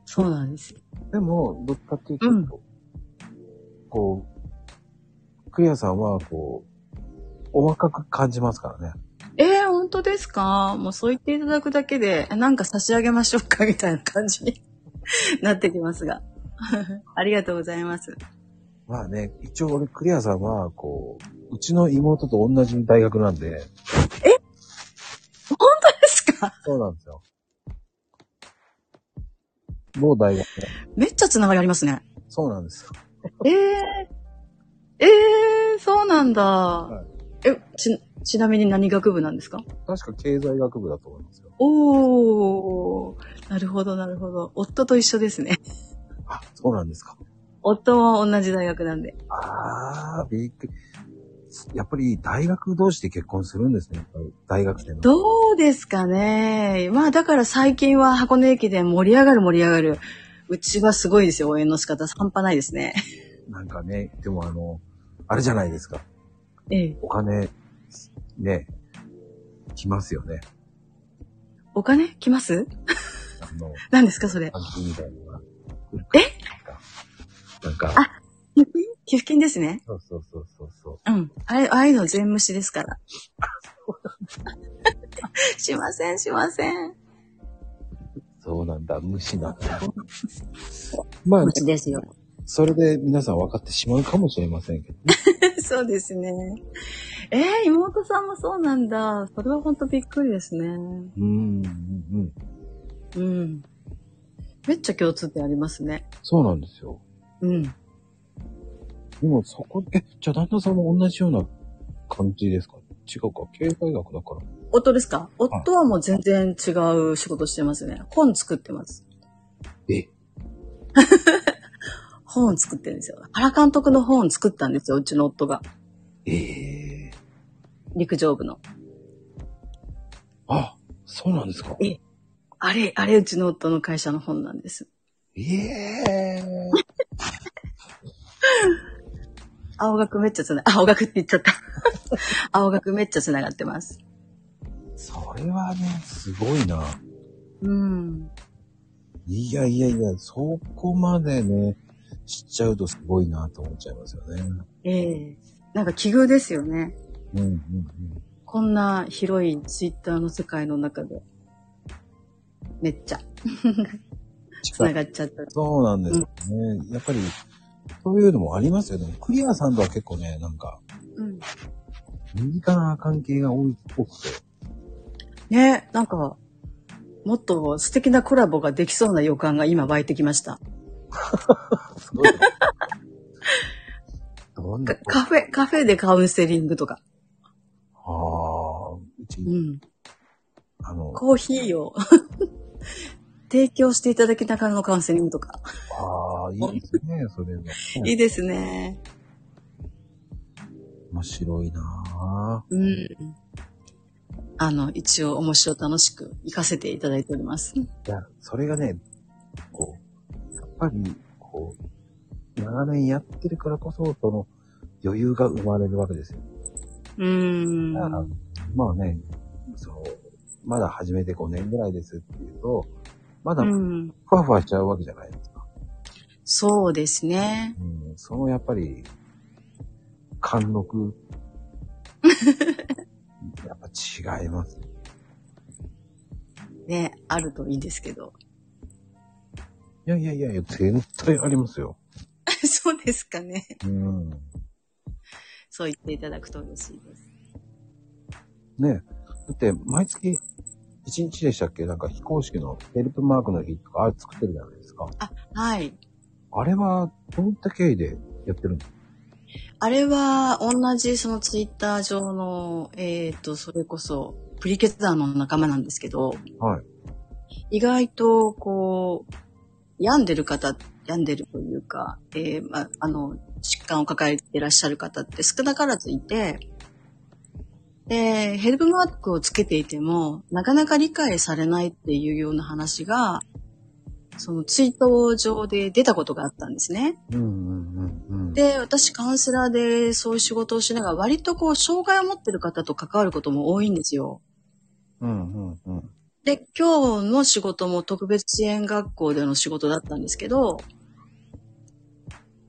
Speaker 2: そうなんです。
Speaker 1: でも、どっちかっていうと、
Speaker 2: うん
Speaker 1: こう、クリアさんは、こう、お若く感じますからね。
Speaker 2: えー、本当ですかもうそう言っていただくだけで、なんか差し上げましょうかみたいな感じに なってきますが。 ありがとうございます。
Speaker 1: まあね、一応俺、クリアさんは、こう、うちの妹と同じ大学なんで、
Speaker 2: ですか
Speaker 1: そうなんですよ。もう大学ね。
Speaker 2: めっちゃつながりありますね。
Speaker 1: そうなんですよ。
Speaker 2: ええええそうなんだ。
Speaker 1: い
Speaker 2: え、ち、ちなみに何学部なんですか
Speaker 1: 確か経済学部だと思いますよ。
Speaker 2: おー、なるほど、なるほど。夫と一緒ですね。
Speaker 1: あ、そうなんですか。
Speaker 2: 夫も同じ大学なんで。
Speaker 1: あー、びっくり。やっぱり大学同士で結婚するんですね。大学生の。
Speaker 2: どうですかね。まあだから最近は箱根駅伝盛り上がる盛り上がる。うちはすごいですよ、応援の仕方。半端ないですね。
Speaker 1: なんかね、でもあの、あれじゃないですか。
Speaker 2: ええ。
Speaker 1: お金、ね、来ますよね。
Speaker 2: お金来ます
Speaker 1: あの、
Speaker 2: 何ですか、それ。
Speaker 1: 感じみたいなのが。
Speaker 2: え
Speaker 1: なんか、
Speaker 2: あ寄付金寄付金ですね。
Speaker 1: そうそうそうそうそう。
Speaker 2: うん。あれ、ああいうの全無視ですから。 しません、しません。
Speaker 1: そうなんだ、無視なん だ。まあ、
Speaker 2: ですよ。
Speaker 1: それで皆さん分かってしまうかもしれませんけど。
Speaker 2: そうですね。えー、妹さんもそうなんだ。それは本当びっくりですね。
Speaker 1: うん、うん、うん。
Speaker 2: うん。めっちゃ共通点ありますね。
Speaker 1: そうなんですよ。
Speaker 2: うん。
Speaker 1: でもそこ、え、じゃあ旦那さんも同じような感じですか違うか。経済学だから。
Speaker 2: 夫ですか夫はもう全然違う仕事してますね。本作ってます。
Speaker 1: え
Speaker 2: 本作ってるんですよ。原監督の本作ったんですよ、うちの夫が。
Speaker 1: ええ
Speaker 2: 陸上部の。
Speaker 1: あ、そうなんですか。
Speaker 2: えあれ、あれ、うちの夫の会社の本なんです。
Speaker 1: ええ
Speaker 2: 青学めっちゃつな、 青学って言っちゃった。青学めっちゃつながってます。
Speaker 1: それはね、すごいな。
Speaker 2: うん。
Speaker 1: いやいやいや、そこまでね、知っちゃうとすごいなと思っちゃいますよね。
Speaker 2: ええなんか奇遇ですよね。
Speaker 1: うんうん
Speaker 2: こんな広いツイッターの世界の中で。めっちゃ、
Speaker 1: うん。
Speaker 2: つながっちゃった。
Speaker 1: そうなんですよね。やっぱり、そういうのもありますよね。クリアさんとは結構ね、なんか、
Speaker 2: うん。
Speaker 1: 身近な関係が多い多くて。
Speaker 2: ね、なんか、もっと素敵なコラボができそうな予感が今湧いてきました。
Speaker 1: す ごい。どんな
Speaker 2: かカフェ、カフェでカウンセリングとか。
Speaker 1: ああ、うち
Speaker 2: う、ん。
Speaker 1: あの、
Speaker 2: コーヒーを 提供していただきながらのカウンセリングとか。
Speaker 1: ああ、いいですね、それは。
Speaker 2: いいですね。
Speaker 1: 面白いなぁ
Speaker 2: うん。あの、一応面白楽しく行かせていただいております。
Speaker 1: いや、それがね、こう、やっぱり、こう、長年やってるからこそ、その、余裕が生まれるわけですよ。
Speaker 2: うん。
Speaker 1: だからまあね、そう、まだ始めて5年ぐらいですっていうと、まだ
Speaker 2: うん。
Speaker 1: ふわふわしちゃうわけじゃないですか。
Speaker 2: そうですね。
Speaker 1: うん、そのやっぱり、貫 禄。やっぱ違います。
Speaker 2: ね、あるといいですけど。
Speaker 1: いやいやいやいや、全体ありますよ。
Speaker 2: そうですかね。
Speaker 1: うん。
Speaker 2: そう言っていただくと嬉しいです。
Speaker 1: ねだって、毎月、1日でしたっけなんか非公式のヘルプマークの日とか、あれ作ってるじゃないですか。
Speaker 2: はい。
Speaker 1: あれは、どういった経緯でやってるんですか
Speaker 2: あれは、同じそのツイッター上の、えっ、ー、と、それこそ、プリケツダーの仲間なんですけど、
Speaker 1: はい。
Speaker 2: 意外と、こう、病んでる方、病んでるというか、えー、ま、あの、疾患を抱えてらっしゃる方って少なからずいて、で、ヘルプマークをつけていても、なかなか理解されないっていうような話が、そのツイート上で出たことがあったんですね。
Speaker 1: うんうんうんうん。
Speaker 2: で、私カウンセラーでそういう仕事をしながら、割とこう、障害を持ってる方と関わることも多いんですよ。
Speaker 1: うんうんうん。
Speaker 2: で、今日の仕事も特別支援学校での仕事だったんですけど、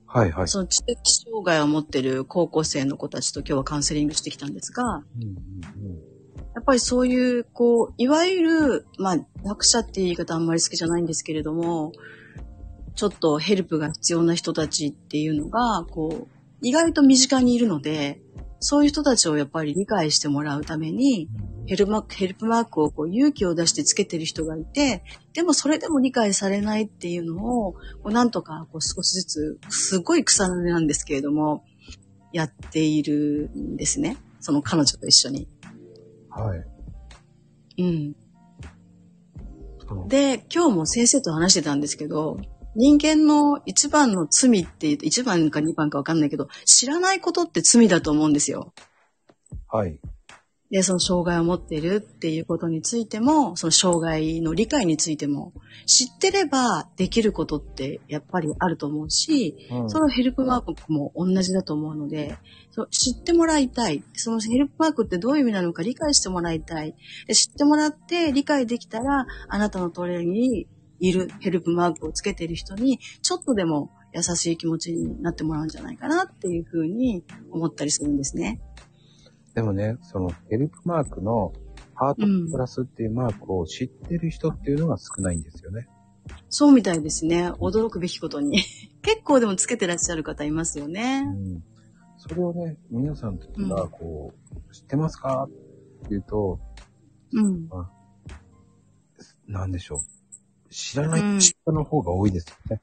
Speaker 1: はいはい。
Speaker 2: その知的障害を持ってる高校生の子たちと今日はカウンセリングしてきたんですが、
Speaker 1: うんうん
Speaker 2: やっぱりそういう、こう、いわゆる、まあ、弱者って言い方あんまり好きじゃないんですけれども、ちょっとヘルプが必要な人たちっていうのが、こう、意外と身近にいるので、そういう人たちをやっぱり理解してもらうために、
Speaker 1: うん。
Speaker 2: ヘルマヘルプマークをこう勇気を出してつけてる人がいて、でもそれでも理解されないっていうのを、こうなんとかこう少しずつ、すごい草の根なんですけれども、やっているんですね。その彼女と一緒に。
Speaker 1: はい。
Speaker 2: うん。
Speaker 1: その
Speaker 2: で、今日も先生と話してたんですけど、人間の一番の罪って、一番か二番かわかんないけど、知らないことって罪だと思うんですよ。
Speaker 1: はい。
Speaker 2: で、その障害を持っているっていうことについても、その障害の理解についても、知ってればできることってやっぱりあると思うし、
Speaker 1: うん
Speaker 2: そのヘルプマークも同じだと思うので、そう知ってもらいたい。そのヘルプマークってどういう意味なのか理解してもらいたい。で知ってもらって理解できたら、あなたのトレーニングにいるヘルプマークをつけている人に、ちょっとでも優しい気持ちになってもらうんじゃないかなっていうふうに思ったりするんですね。
Speaker 1: でもね、そのヘルプマークのハートプラスっていうマークを知ってる人っていうのが少ないんですよね。
Speaker 2: そうみた いですね。驚くべきことに。結構でもつけてらっしゃる方いますよね
Speaker 1: う。んそれをね、皆さんがこう、知ってますかって言うと、
Speaker 2: うん。
Speaker 1: なんでしょう。知らな
Speaker 2: う
Speaker 1: い
Speaker 2: ん
Speaker 1: 人の方が多いですよね。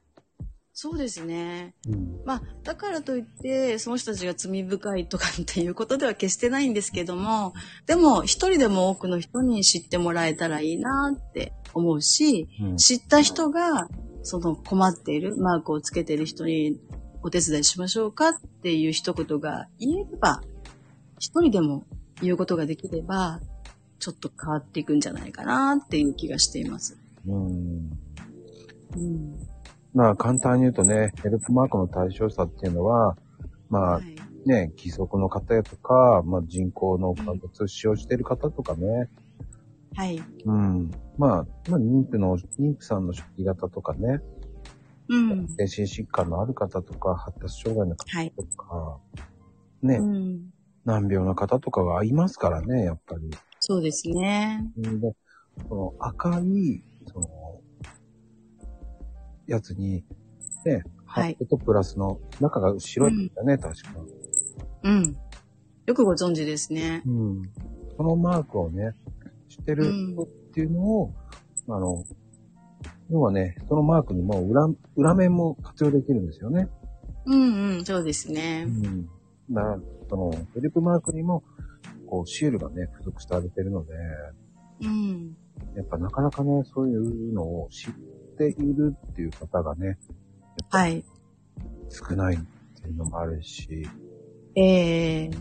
Speaker 2: そうですね。
Speaker 1: うん。
Speaker 2: まあ、だからといって、その人たちが罪深いとかっていうことでは決してないんですけども、でも、一人でも多くの人に知ってもらえたらいいなって思うし、
Speaker 1: うん。
Speaker 2: 知った人が、その困っている、マークをつけている人にお手伝いしましょうかっていう一言が言えれば、一人でも言うことができれば、ちょっと変わっていくんじゃないかなっていう気がしています。
Speaker 1: うん
Speaker 2: うん。
Speaker 1: まあ簡単に言うとね、ヘルプマークの対象者っていうのは、まあ
Speaker 2: はい。
Speaker 1: ね、義足の方やとか、まあ人工の関物使用している方とかね、
Speaker 2: はい。
Speaker 1: うん。まあ、まあ妊婦の、妊婦さんの初期型とかね、
Speaker 2: うん。
Speaker 1: 精神疾患のある方とか、発達障害の方
Speaker 2: はい。
Speaker 1: とか、ね、
Speaker 2: うん。
Speaker 1: 難病の方とかがいますからね、やっぱり。
Speaker 2: そうですね。
Speaker 1: で、その赤い、その、やつに、ね、ハ
Speaker 2: はい
Speaker 1: ットとプラスの中が白いんだね、確か。
Speaker 2: うん。よくご存知ですね。
Speaker 1: うん。そのマークをね、知ってる人っていうのを、あの、要はね、そのマークにも裏、裏面も活用できるんですよね。
Speaker 2: うんうん、そうですね。
Speaker 1: ん。だから、その、フリップマークにも、こう、シールがね、付属してあげてるので、
Speaker 2: うん。
Speaker 1: やっぱなかなかね、そういうのを知っているっていう方がね、
Speaker 2: はい。
Speaker 1: 少ないっていうのもあるし、
Speaker 2: ええ
Speaker 1: うん。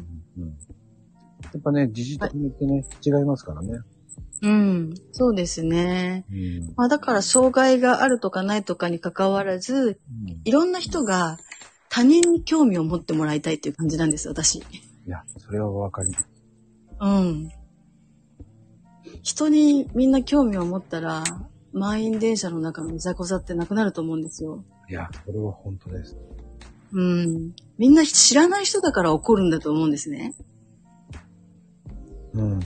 Speaker 1: やっぱね、自治体によってね、違いますからね。
Speaker 2: うん。そうですね。
Speaker 1: うん。
Speaker 2: まあだから、障害があるとかないとかに関わらず、
Speaker 1: うん
Speaker 2: いろんな人が他人に興味を持ってもらいたいっていう感じなんです、私。
Speaker 1: いや、それはわかります。
Speaker 2: うん。人にみんな興味を持ったら、満員電車の中のいざこざってなくなると思うんですよ。
Speaker 1: いや、それは本当です。
Speaker 2: うん。みんな知らない人だから怒るんだと思うんですね。
Speaker 1: うん。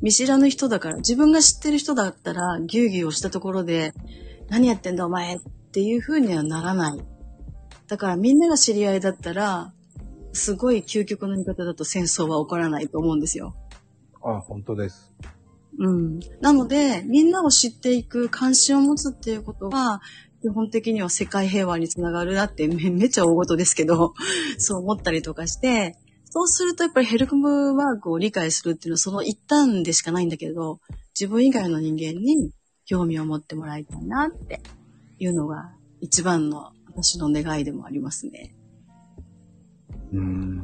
Speaker 2: 見知らぬ人だから、自分が知ってる人だったら、ぎゅうぎゅうをしたところで、何やってんだお前っていう風にはならない。だからみんなが知り合いだったら、すごい究極の言い方だと戦争は起こらないと思うんですよ。
Speaker 1: あ、本当です。
Speaker 2: うん。なので、みんなを知っていく、関心を持つっていうことは、基本的には世界平和につながるなって、め、めっちゃ大事ですけど、 そう思ったりとかして、そうするとやっぱりヘルプワークを理解するっていうのはその一端でしかないんだけど、自分以外の人間に興味を持ってもらいたいなっていうのが一番の私の願いでもありますね。
Speaker 1: うん。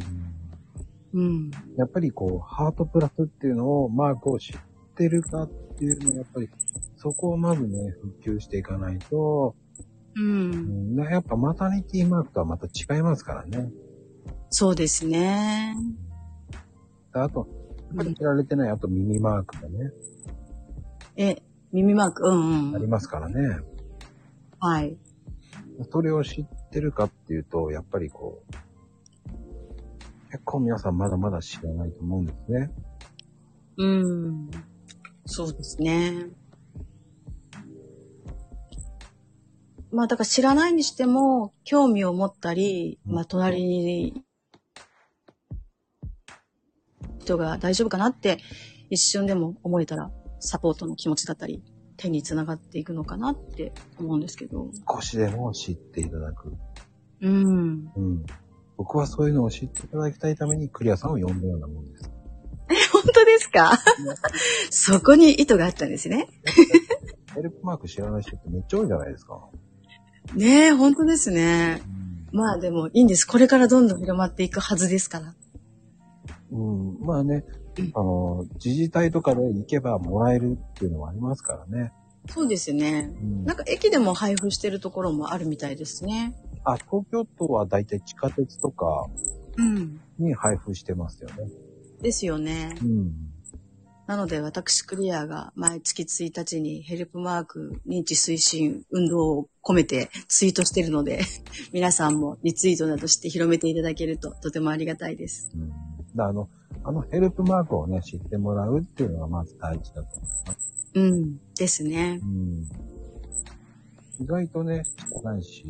Speaker 2: うん。
Speaker 1: やっぱりこう、ハートプラスっていうのを、マークを知ってるかっていうのは、やっぱり、そこをまずね、復旧していかないと、
Speaker 2: う。
Speaker 1: うんん、やっぱマタニティマークとはまた違いますからね。
Speaker 2: そうですね。
Speaker 1: あと、やっぱり知られてない、あと耳マークがね、
Speaker 2: え、耳マーク、うん
Speaker 1: あ
Speaker 2: う
Speaker 1: り
Speaker 2: ん。
Speaker 1: ますからね。
Speaker 2: はい。
Speaker 1: それを知ってるかっていうと、やっぱりこう、結構皆さんまだまだ知らないと思うんですね。
Speaker 2: うん。そうですね。まあだから知らないにしても興味を持ったり、
Speaker 1: うん
Speaker 2: まあ隣に人が大丈夫かなって一瞬でも思えたらサポートの気持ちだったり手につながっていくのかなって思うんですけど。
Speaker 1: 少しでも知っていただく。
Speaker 2: うん。
Speaker 1: うん。僕はそういうのを知っていただきたいためにクリアさんを呼んだようなもんです。
Speaker 2: 本当ですかそこに意図があったんですね。
Speaker 1: ヘルプマーク知らない人ってめっちゃ多いじゃないですか。
Speaker 2: ねえ、本当ですね。
Speaker 1: う
Speaker 2: まあでもいいんです。これからどんどん広まっていくはずですから。
Speaker 1: ん。まあね
Speaker 2: うん、
Speaker 1: あの、自治体とかで行けばもらえるっていうのもありますからね。
Speaker 2: そうですね。
Speaker 1: うん
Speaker 2: なんか駅でも配布してるところもあるみたいですね。
Speaker 1: あ、東京都はだいたい地下鉄とか
Speaker 2: うん。
Speaker 1: に配布してますよね。
Speaker 2: ですよね。
Speaker 1: うん。
Speaker 2: なので私クリアが毎月1日にヘルプマーク認知推進運動を込めてツイートしてるので、 皆さんもリツイートなどして広めていただけるととてもありがたいです。
Speaker 1: うんだからあの、あのヘルプマークをね、知ってもらうっていうのがまず大事だと思います。
Speaker 2: うん。ですね。
Speaker 1: うん。意外とね、知らないし、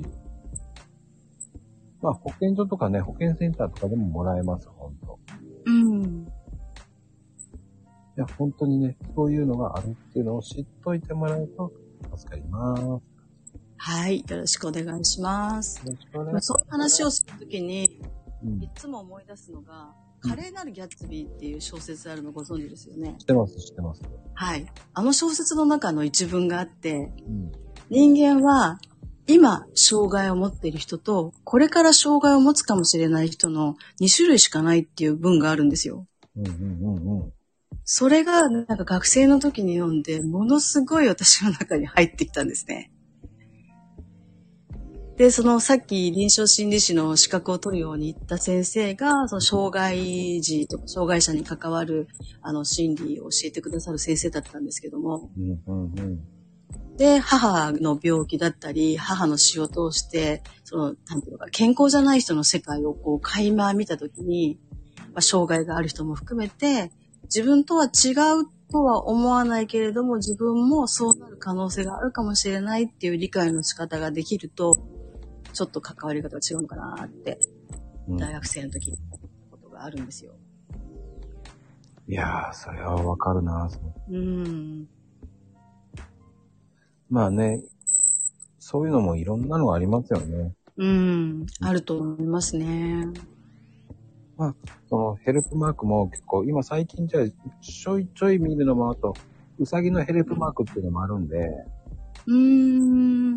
Speaker 1: まあ、保健所とかね、保健センターとかでももらえます、ほんと。
Speaker 2: うん。
Speaker 1: いや、本当にね、そういうのがあるっていうのを知っといてもらうと助かります。よ
Speaker 2: はい。よろしくお願いします。
Speaker 1: ろしくお願
Speaker 2: まあ
Speaker 1: いし
Speaker 2: そういう話をするときに、
Speaker 1: ます。うん
Speaker 2: いつも思い出すのが、華麗なるギャッツビーっていう小説あるのご存知ですよね
Speaker 1: 知。ってます、知ってます。
Speaker 2: はい。あの小説の中の一文があって、
Speaker 1: うん。
Speaker 2: 人間は今障害を持っている人と、これから障害を持つかもしれない人の2種類しかないっていう文があるんですよ。
Speaker 1: うんうんうんうん。
Speaker 2: それがなんか学生の時に読んで、ものすごい私の中に入ってきたんですね。で、そのさっき臨床心理士の資格を取るように言った先生が、その障害児とか障害者に関わるあの心理を教えてくださる先生だったんですけども、
Speaker 1: うんうんうん。
Speaker 2: で、母の病気だったり、母の死を通して、その、なんていうのか、健康じゃない人の世界をこう、垣間見たときに、まあ、障害がある人も含めて、自分とは違うとは思わないけれども、自分もそうなる可能性があるかもしれないっていう理解の仕方ができると、ちょっと関わり方が違うのかなって、
Speaker 1: うん
Speaker 2: 大学生の時に思ったことがあるんですよ。
Speaker 1: いやー、それはわかるなその
Speaker 2: うん。
Speaker 1: まあね、そういうのもいろんなのがありますよね。
Speaker 2: うん。あると思いますね。
Speaker 1: そのヘルプマークも結構、今最近じゃちょいちょい見るのもあと、うさぎのヘルプマークっていうのもあるんで、
Speaker 2: う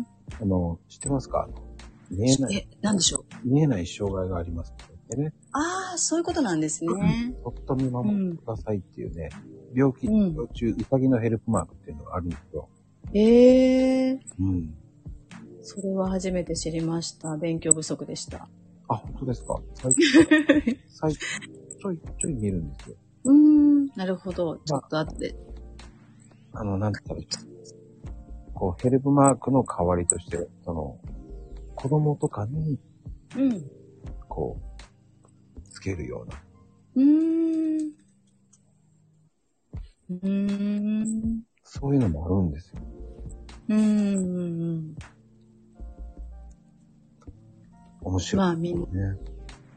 Speaker 2: ん。
Speaker 1: あの、知ってますかあの見えない、
Speaker 2: え、なんでしょう
Speaker 1: 見えない障害がありますのでね、
Speaker 2: ああ、そういうことなんですね。
Speaker 1: そっと見守ってくださいっていうね、病気
Speaker 2: うん
Speaker 1: 治療中、うさぎのヘルプマークっていうのがあるんですよ。
Speaker 2: ええ
Speaker 1: うん。
Speaker 2: それは初めて知りました。勉強不足でした。
Speaker 1: あ、本当ですか最近、最近、ちょいちょい見るんですよ。
Speaker 2: うーん、なるほど。ちょっと後で。
Speaker 1: あの、なんて言ったらいいこう、ヘルプマークの代わりとして、その、子供とかに、
Speaker 2: うん。
Speaker 1: こう、つけるような。
Speaker 2: うーん。うーん。
Speaker 1: そういうのもあるんですよ。
Speaker 2: うーん。
Speaker 1: 面白い。
Speaker 2: まあ、みんな
Speaker 1: ね。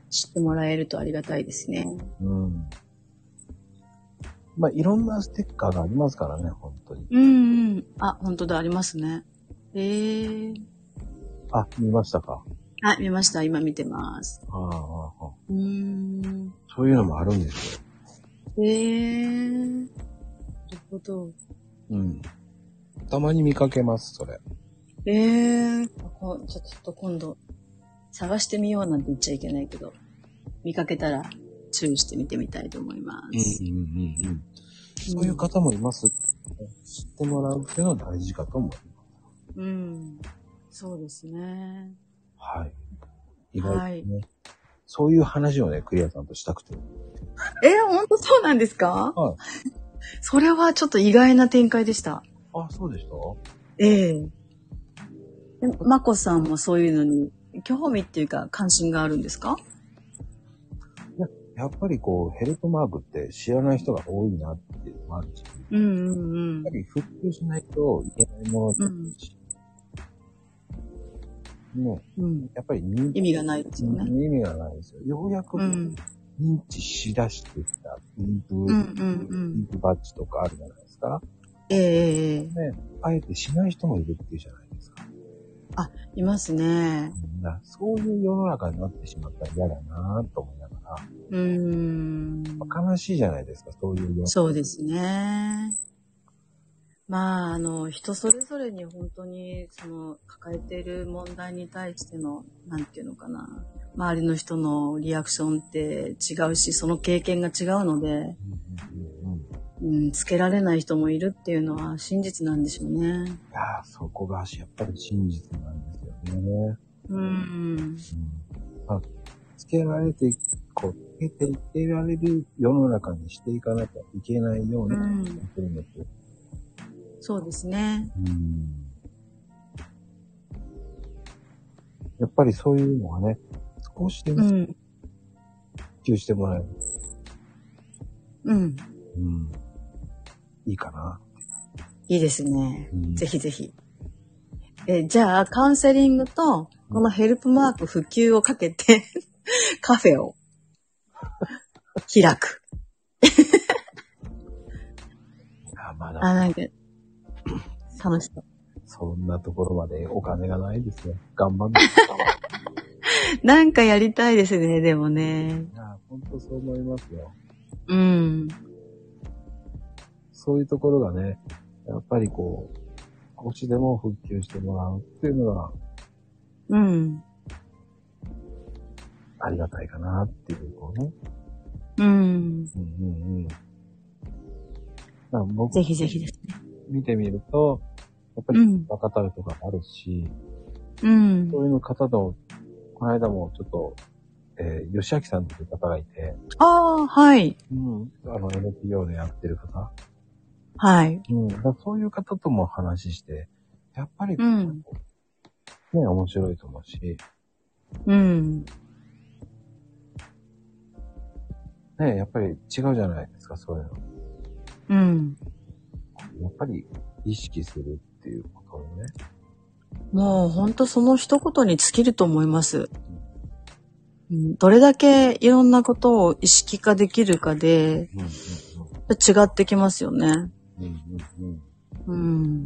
Speaker 2: 知ってもらえるとありがたいですね。
Speaker 1: うん。まあ、いろんなステッカーがありますからね、本当に。
Speaker 2: うん、うん。あ、本当だ、ありますね。ええ
Speaker 1: あ、見ましたか
Speaker 2: あ、見ました。今見てます。
Speaker 1: ああああ、ああ。
Speaker 2: うーん。
Speaker 1: そういうのもあるんですよ。
Speaker 2: ええなるほど。
Speaker 1: うん。たまに見かけます、それ。
Speaker 2: ええこちょっと今度、探してみようなんて言っちゃいけないけど、見かけたら注意して見てみたいと思います。
Speaker 1: うんうんうん。そういう方もいます。知ってもらうっていうのは大事かと思います。
Speaker 2: うん。そうですね。
Speaker 1: はい。意外とね、
Speaker 2: はい
Speaker 1: そういう話をね、クリアさんとしたくて。
Speaker 2: えー、ほんとそうなんですか
Speaker 1: はい。
Speaker 2: それはちょっと意外な展開でした。
Speaker 1: あ、そうでした
Speaker 2: ええまこさんもそういうのに興味っていうか関心があるんですか
Speaker 1: やっぱりこう、ヘルプマークって知らない人が多いなっていうのもあるし、やっ
Speaker 2: うんうんうん
Speaker 1: ぱ。り復旧しないといけないものだし、ね、
Speaker 2: うん、
Speaker 1: やっぱり認
Speaker 2: 意味がないですよね。
Speaker 1: 意味がないですよ。ようやく
Speaker 2: うん
Speaker 1: 認知しだしてきた、妊婦、
Speaker 2: うんうんうん
Speaker 1: 妊婦バッジとかあるじゃないですか。
Speaker 2: ええええ
Speaker 1: ね、あえてしない人もいるっていうじゃないですか。
Speaker 2: いますね。
Speaker 1: うんだからそういう世の中になってしまったら嫌だなぁと思いながら、
Speaker 2: うーん。
Speaker 1: 悲しいじゃないですか、そういう世の
Speaker 2: そうですね。まあ、あの、人それぞれに本当に、その、抱えている問題に対しての、なんていうのかな。周りの人のリアクションって違うし、その経験が違うので、
Speaker 1: うんうんうんうんい
Speaker 2: うん、つけられない人もいるっていうのは真実なんでしょうね。
Speaker 1: やーそこがやっぱり真実なんですよね。
Speaker 2: うん。
Speaker 1: うんまあ、つけられて、こう、つけていってられる世の中にしていかなきゃいけないように
Speaker 2: うん
Speaker 1: やってるんですよ。
Speaker 2: そうですね。
Speaker 1: うんやっぱりそういうのはね、少しで
Speaker 2: う
Speaker 1: も
Speaker 2: ん。
Speaker 1: 普及してもらえる。
Speaker 2: うん。
Speaker 1: うん。いいかな。
Speaker 2: いいですね。
Speaker 1: うん
Speaker 2: ぜひぜひ。えーじゃあ、カウンセリングと、このヘルプマーク普及をかけて、 カフェを開く。
Speaker 1: あまだ、
Speaker 2: あ、なんか、楽しそう。
Speaker 1: そんなところまでお金がないですね。頑張んないと。
Speaker 2: なんかやりたいですね、でもね。
Speaker 1: いや、本当そう思いますよ。
Speaker 2: うん。
Speaker 1: そういうところがね、やっぱりこう、少しでも復旧してもらうっていうのが
Speaker 2: うん。
Speaker 1: ありがたいかなっていう、こうね。
Speaker 2: うん。
Speaker 1: うんうんうん。だから僕
Speaker 2: ぜひぜひですね。
Speaker 1: 見てみると、やっぱ
Speaker 2: う
Speaker 1: り
Speaker 2: ん
Speaker 1: 若たるとかあるし、
Speaker 2: うん。
Speaker 1: そういう方と、この間もちょっと、えー、吉明さんという方がいて、
Speaker 2: ああ、はい。
Speaker 1: うん、あの NPO でやってる方、
Speaker 2: はい。
Speaker 1: うん、だからそういう方とも話して、やっぱり、
Speaker 2: うん
Speaker 1: ね、面白いと思うし、
Speaker 2: うん。
Speaker 1: ね、やっぱり違うじゃないですか、そういうの。
Speaker 2: うん。
Speaker 1: やっぱり意識するっていうことをね。
Speaker 2: もうほんとその一言に尽きると思います。うんどれだけいろんなことを意識化できるかで
Speaker 1: うん
Speaker 2: 違ってきますよね。
Speaker 1: うんうん。うんうんうん。
Speaker 2: う
Speaker 1: っ
Speaker 2: ん。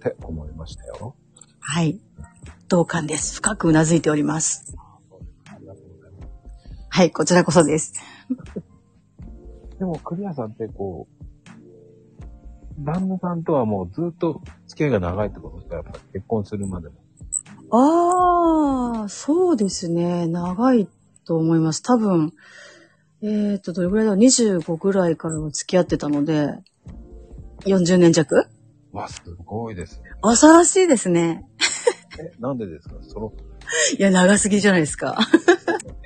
Speaker 1: て思いましたよ。
Speaker 2: はい。同感です。深くうなずいております。
Speaker 1: ありがとうございま
Speaker 2: はい、こちらこそです。
Speaker 1: す。でも、クリアさんってこう、旦那さんとはもうずっと付き合いが長いってことですかやっぱり結婚するまでも。
Speaker 2: ああ、そうですね。長いと思います。多分、えっ、と、どれぐらいだろう ?25 ぐらいからは付き合ってたので、40年弱
Speaker 1: わ、すごいですね。
Speaker 2: 恐ろしいですね。
Speaker 1: え、なんでですかその、
Speaker 2: いや、長すぎじゃないですか。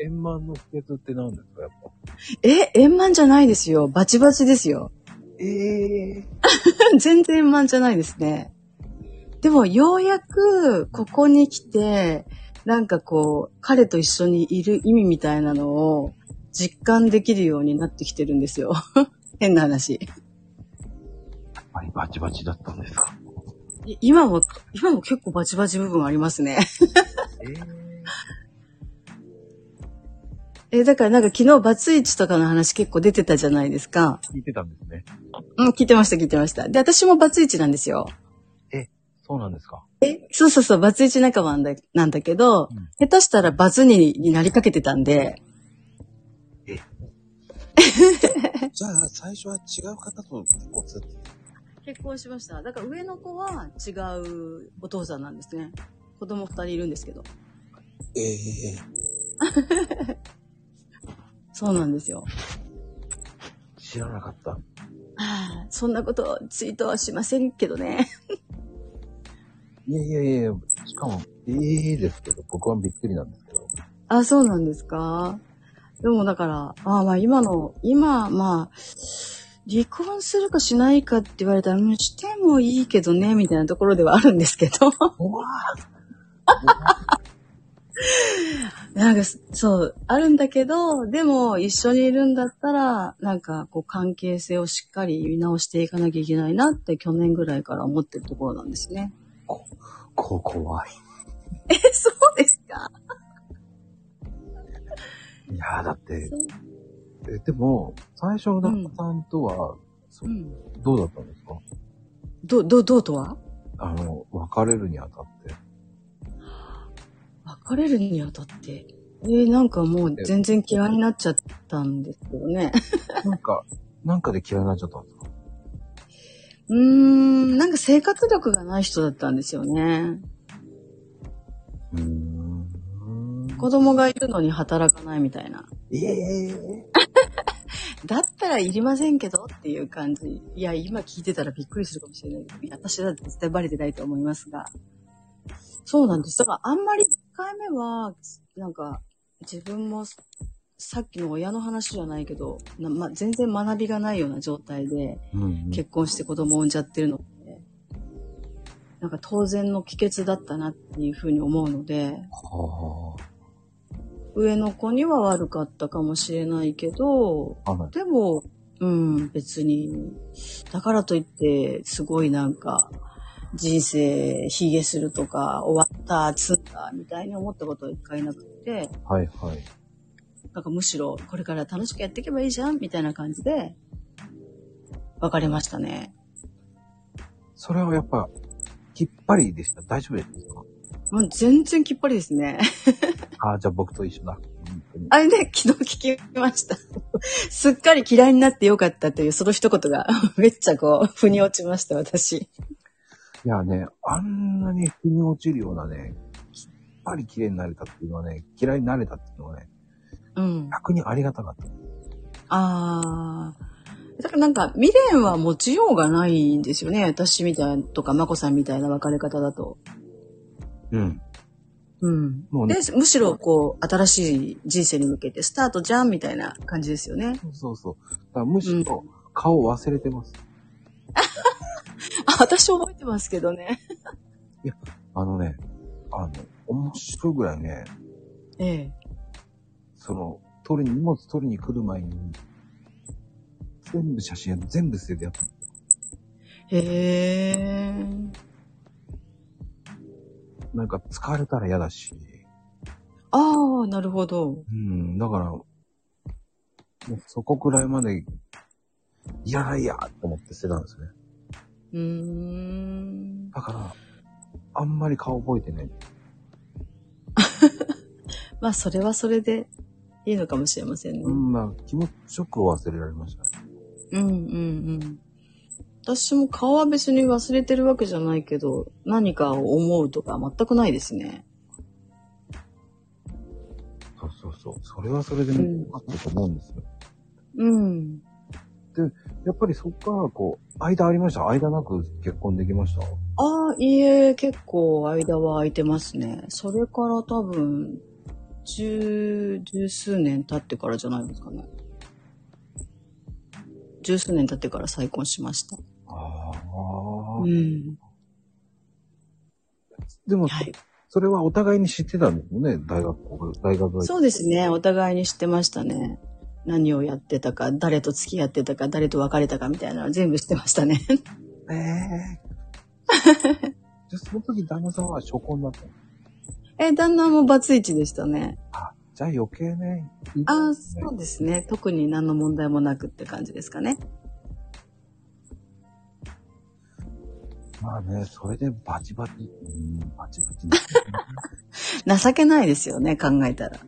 Speaker 1: 円満の秘訣って何ですかやっぱ。
Speaker 2: え、円満じゃないですよ。バチバチですよ。
Speaker 1: ええ
Speaker 2: 全然円満じゃないですね。でも、ようやく、ここに来て、なんかこう、彼と一緒にいる意味みたいなのを実感できるようになってきてるんですよ。 変な話。
Speaker 1: やっぱりバチバチだったんですか
Speaker 2: い今も、今も結構バチバチ部分ありますね。
Speaker 1: ええ
Speaker 2: え、だからなんか昨日バツイチとかの話結構出てたじゃないですか。
Speaker 1: 聞いてたんですね。
Speaker 2: うん、聞いてました、聞いてました。で、私もバツイチなんですよ。
Speaker 1: そうなんですか
Speaker 2: そうそうそう、バツイチ仲間なんだなんだけ
Speaker 1: う
Speaker 2: ど、
Speaker 1: ん
Speaker 2: 下手したらバツにになりかけてたんで、
Speaker 1: じゃあ、最初は違う方と結婚する。
Speaker 2: 結婚しました。だから上の子は違うお父さんなんですね。子供二人いるんですけど。
Speaker 1: ええ
Speaker 2: そうなんですよ。
Speaker 1: 知らなかった。
Speaker 2: はあそんなことツイートはしませんけどね。
Speaker 1: いやいやいや、しかも、ええですけど、僕はびっくりなんですけど。
Speaker 2: あ、そうなんですか。でもだから、あまあ今の、今、まあ、離婚するかしないかって言われたら、うんしてもいいけどね、みたいなところではあるんですけど。
Speaker 1: うわ
Speaker 2: なんか、そう、あるんだけど、でも一緒にいるんだったら、なんかこう関係性をしっかり見直していかなきゃいけないなって去年ぐらいから思ってるところなんですね。
Speaker 1: こう怖い。
Speaker 2: え、そうですか
Speaker 1: いやーだって、
Speaker 2: そう
Speaker 1: えでも、最初の旦那さんとは、そう
Speaker 2: うん。
Speaker 1: どうだったんですか
Speaker 2: ど、ど、どうとは
Speaker 1: あの、別れるにあたって。
Speaker 2: 別れるにあたって。えーなんかもう全然嫌いになっちゃったんですけどね。
Speaker 1: なんか、なんかで嫌いになっちゃったんですか
Speaker 2: うーん、なんか生活力がない人だったんですよね。
Speaker 1: うーん。
Speaker 2: 子供がいるのに働かないみたいな。
Speaker 1: ええ
Speaker 2: だったらいりませんけどっていう感じ。いや、今聞いてたらびっくりするかもしれないけどいや私だって絶対バレてないと思いますが。そうなんです。だからあんまり1回目は、なんか、自分も、さっきの親の話じゃないけど、なま、全然学びがないような状態で、
Speaker 1: うんうん。
Speaker 2: 結婚して子供を産んじゃってるので、なんか当然の帰結だったなっていうふうに思うので、
Speaker 1: 構。
Speaker 2: 上の子には悪かったかもしれないけど、
Speaker 1: あの、
Speaker 2: でも、うん、別に、だからといって、すごいなんか、人生、卑下するとか、終わった、つった、みたいに思ったことは一回なくて、
Speaker 1: はいはい。
Speaker 2: なんかむしろ、これから楽しくやっていけばいいじゃん、みたいな感じで、別れましたね。
Speaker 1: それはやっぱ、きっぱりでした。大丈夫ですか
Speaker 2: もう全然きっぱりですね。
Speaker 1: ああ、じゃあ僕と一緒だ。本当に
Speaker 2: あれね、昨日聞きました。 すっかり嫌いになってよかったという、その一言が、 めっちゃこう、腑に落ちました、私。
Speaker 1: いやね、あんなに腑に落ちるようなね、きっぱり綺麗になれたっていうのはね、嫌いになれたっていうのはね、
Speaker 2: うん。
Speaker 1: 逆にありがたかった。
Speaker 2: あー。だからなんか、未練は持ちようがないんですよね。私みたいな、とか、まこさんみたいな別れ方だと。
Speaker 1: うん。
Speaker 2: うん。
Speaker 1: もう
Speaker 2: で
Speaker 1: ね、、
Speaker 2: むしろ、こう、新しい人生に向けて、スタートじゃんみたいな感じですよね。
Speaker 1: そうそう。だからむしろ、顔を忘れてます。
Speaker 2: あ、私覚えてますけどね。
Speaker 1: あのね、あの、面白いぐらいね、
Speaker 2: ええ。
Speaker 1: その、取りに、荷物取りに来る前に、全部写真、全部捨ててやった。
Speaker 2: へえ。
Speaker 1: なんか疲れたら嫌だし、
Speaker 2: あー、なるほど。
Speaker 1: うん、だから、もうそこくらいまで、いらないやと思って捨てたんですね。
Speaker 2: うーん。
Speaker 1: だから、あんまり顔覚えてない。
Speaker 2: まあ、それはそれでいいのかもしれませんね。
Speaker 1: うん、まあ、気持ちよく忘れられましたね。
Speaker 2: うんうんうん。私も顔は別に忘れてるわけじゃないけど、何かを思うとか全くないですね。
Speaker 1: そうそうそう。それはそれでね、良かったと思うんですよ。
Speaker 2: うん。
Speaker 1: やっぱりそっから、こう、間ありました間なく結婚できました
Speaker 2: ああ、いいえ、結構間は空いてますね。それから多分、十、十数年経ってからじゃないですかね。十数年経ってから再婚しました。
Speaker 1: ああ。
Speaker 2: うん。
Speaker 1: でも、
Speaker 2: はい。
Speaker 1: それはお互いに知ってたんですもんね、大学校、大学が。
Speaker 2: そうですね。お互いに知ってましたね。何をやってたか、誰と付き合ってたか、誰と別れたかみたいなのは全部知ってましたね。
Speaker 1: ええ じゃあ、その時旦那さんは初婚だったの
Speaker 2: え、旦那もバツイチでしたね。
Speaker 1: あ、じゃあ余計ね。
Speaker 2: ああ、そうですね。特に何の問題もなくって感じですかね。
Speaker 1: まあね、それでバチバチ、うん、バチバチ。
Speaker 2: 情けないですよね、考えたら。
Speaker 1: い